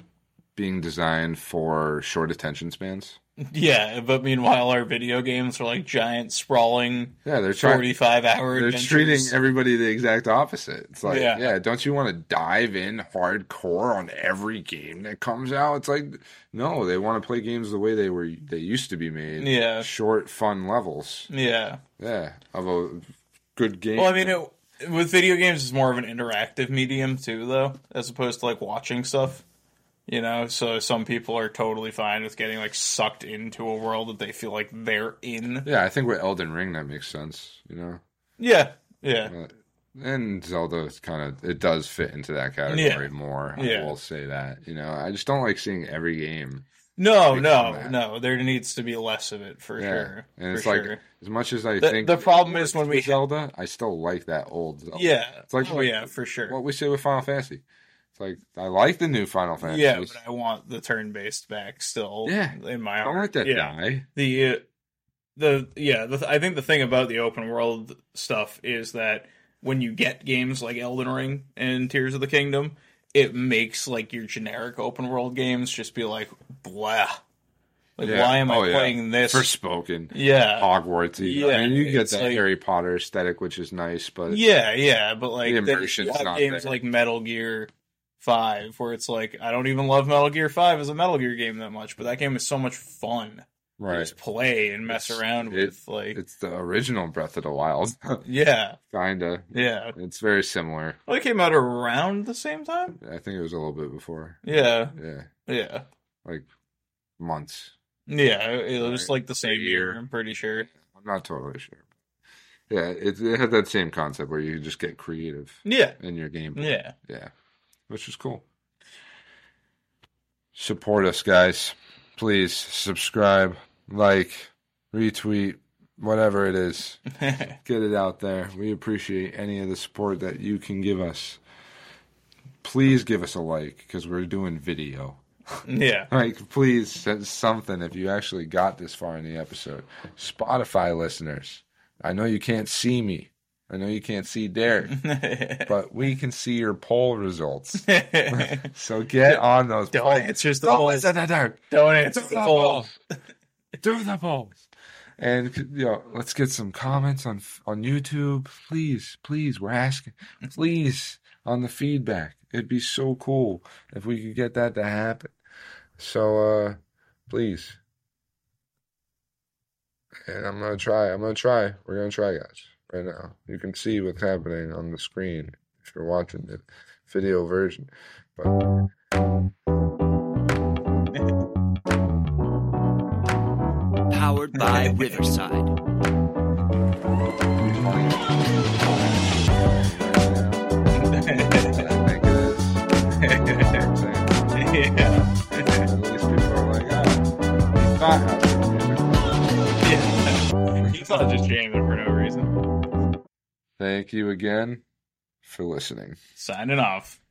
Speaker 1: being designed for short attention spans.
Speaker 2: Yeah, but meanwhile, our video games are like giant, sprawling,
Speaker 1: Yeah, they're trying.
Speaker 2: forty-five hour.
Speaker 1: They're
Speaker 2: adventures.
Speaker 1: treating everybody the exact opposite. It's like,
Speaker 2: Yeah.
Speaker 1: yeah, don't you want to dive in hardcore on every game that comes out? It's like, no, they want to play games the way they were they used to be made.
Speaker 2: Yeah,
Speaker 1: Short, fun levels.
Speaker 2: yeah.
Speaker 1: Yeah, of a good game.
Speaker 2: Well, I mean, it, with video games, it's more of an interactive medium too, though, as opposed to like watching stuff. You know, so some people are totally fine with getting like sucked into a world that they feel like they're in.
Speaker 1: yeah, I think with Elden Ring that makes sense. You know,
Speaker 2: Yeah, yeah,
Speaker 1: Uh, and Zelda kind of it does fit into that category
Speaker 2: Yeah.
Speaker 1: more. I
Speaker 2: Yeah.
Speaker 1: will say that. You know, I just don't like seeing every game.
Speaker 2: No,
Speaker 1: Big
Speaker 2: no,
Speaker 1: format.
Speaker 2: no. There needs to be less of it for
Speaker 1: Yeah,
Speaker 2: sure.
Speaker 1: and
Speaker 2: for
Speaker 1: it's like
Speaker 2: sure.
Speaker 1: as much as I
Speaker 2: The-
Speaker 1: think
Speaker 2: the problem is when we-
Speaker 1: Zelda, I still like that old Zelda.
Speaker 2: yeah.
Speaker 1: it's like
Speaker 2: oh
Speaker 1: what-
Speaker 2: yeah, for sure.
Speaker 1: What we say with Final Fantasy. It's like I like the new Final Fantasy.
Speaker 2: yeah, but I want the turn based back still.
Speaker 1: Yeah.
Speaker 2: in my
Speaker 1: I don't
Speaker 2: heart.
Speaker 1: like that
Speaker 2: yeah.
Speaker 1: guy.
Speaker 2: the uh, the yeah the, i think the thing about the open world stuff is that when you get games like elden ring and tears of the kingdom it makes like your generic open world games just be like blah like
Speaker 1: Yeah.
Speaker 2: why am
Speaker 1: Oh,
Speaker 2: i
Speaker 1: yeah.
Speaker 2: playing this
Speaker 1: For spoken.
Speaker 2: yeah
Speaker 1: Hogwartsy.
Speaker 2: Yeah,
Speaker 1: I mean, you get
Speaker 2: it's
Speaker 1: that
Speaker 2: like-
Speaker 1: Harry Potter aesthetic, which is nice, but
Speaker 2: yeah yeah but like
Speaker 1: Oh, The
Speaker 2: then you
Speaker 1: immersion's
Speaker 2: have
Speaker 1: not
Speaker 2: games
Speaker 1: there.
Speaker 2: like metal gear 5 where it's like i don't even love metal gear 5 as a metal gear game that much but that game is so much fun to
Speaker 1: right,
Speaker 2: just play and mess
Speaker 1: It's-
Speaker 2: around
Speaker 1: it-
Speaker 2: with like
Speaker 1: it's the original Breath of the Wild,
Speaker 2: yeah
Speaker 1: kinda.
Speaker 2: yeah
Speaker 1: It's very similar.
Speaker 2: Well, it came out around the same time.
Speaker 1: I think it was a little bit before.
Speaker 2: Yeah,
Speaker 1: Yeah,
Speaker 2: yeah,
Speaker 1: like months.
Speaker 2: yeah. It was just like the same
Speaker 1: year.
Speaker 2: year. I'm pretty sure.
Speaker 1: I'm not totally sure. Yeah, it, it had that same concept where you just get creative
Speaker 2: Yeah,
Speaker 1: in your game.
Speaker 2: yeah.
Speaker 1: Yeah, which was cool. Support us, guys. Please subscribe, like, retweet, whatever it is. Get it out there. We appreciate any of the support that you can give us. Please give us a like because we're doing video.
Speaker 2: yeah,
Speaker 1: Like, please send something if you actually got this far in the episode. Spotify listeners, I know you can't see me. I know you can't see Derek, but we can see your poll results. So get on those
Speaker 2: don't
Speaker 1: polls.
Speaker 2: answer the
Speaker 1: Don't
Speaker 2: poll.
Speaker 1: listen to Derek.
Speaker 2: Don't
Speaker 1: Do
Speaker 2: answer
Speaker 1: the
Speaker 2: the poll.
Speaker 1: polls. Do the polls. And you know, let's get some comments on on YouTube, please, please. We're asking, please, on the feedback. It'd be so cool if we could get that to happen. So, uh, please. And I'm gonna try. I'm gonna try. We're gonna try, guys. Right now, you can see what's happening on the screen if you're watching the video version. But
Speaker 3: powered by Riverside.
Speaker 1: I think it is.
Speaker 2: yeah.
Speaker 1: I'm saying. At least people are like, oh, it's not house music.
Speaker 2: yeah. He's not just jamming for no reason.
Speaker 1: Thank you again for listening.
Speaker 2: Signing off.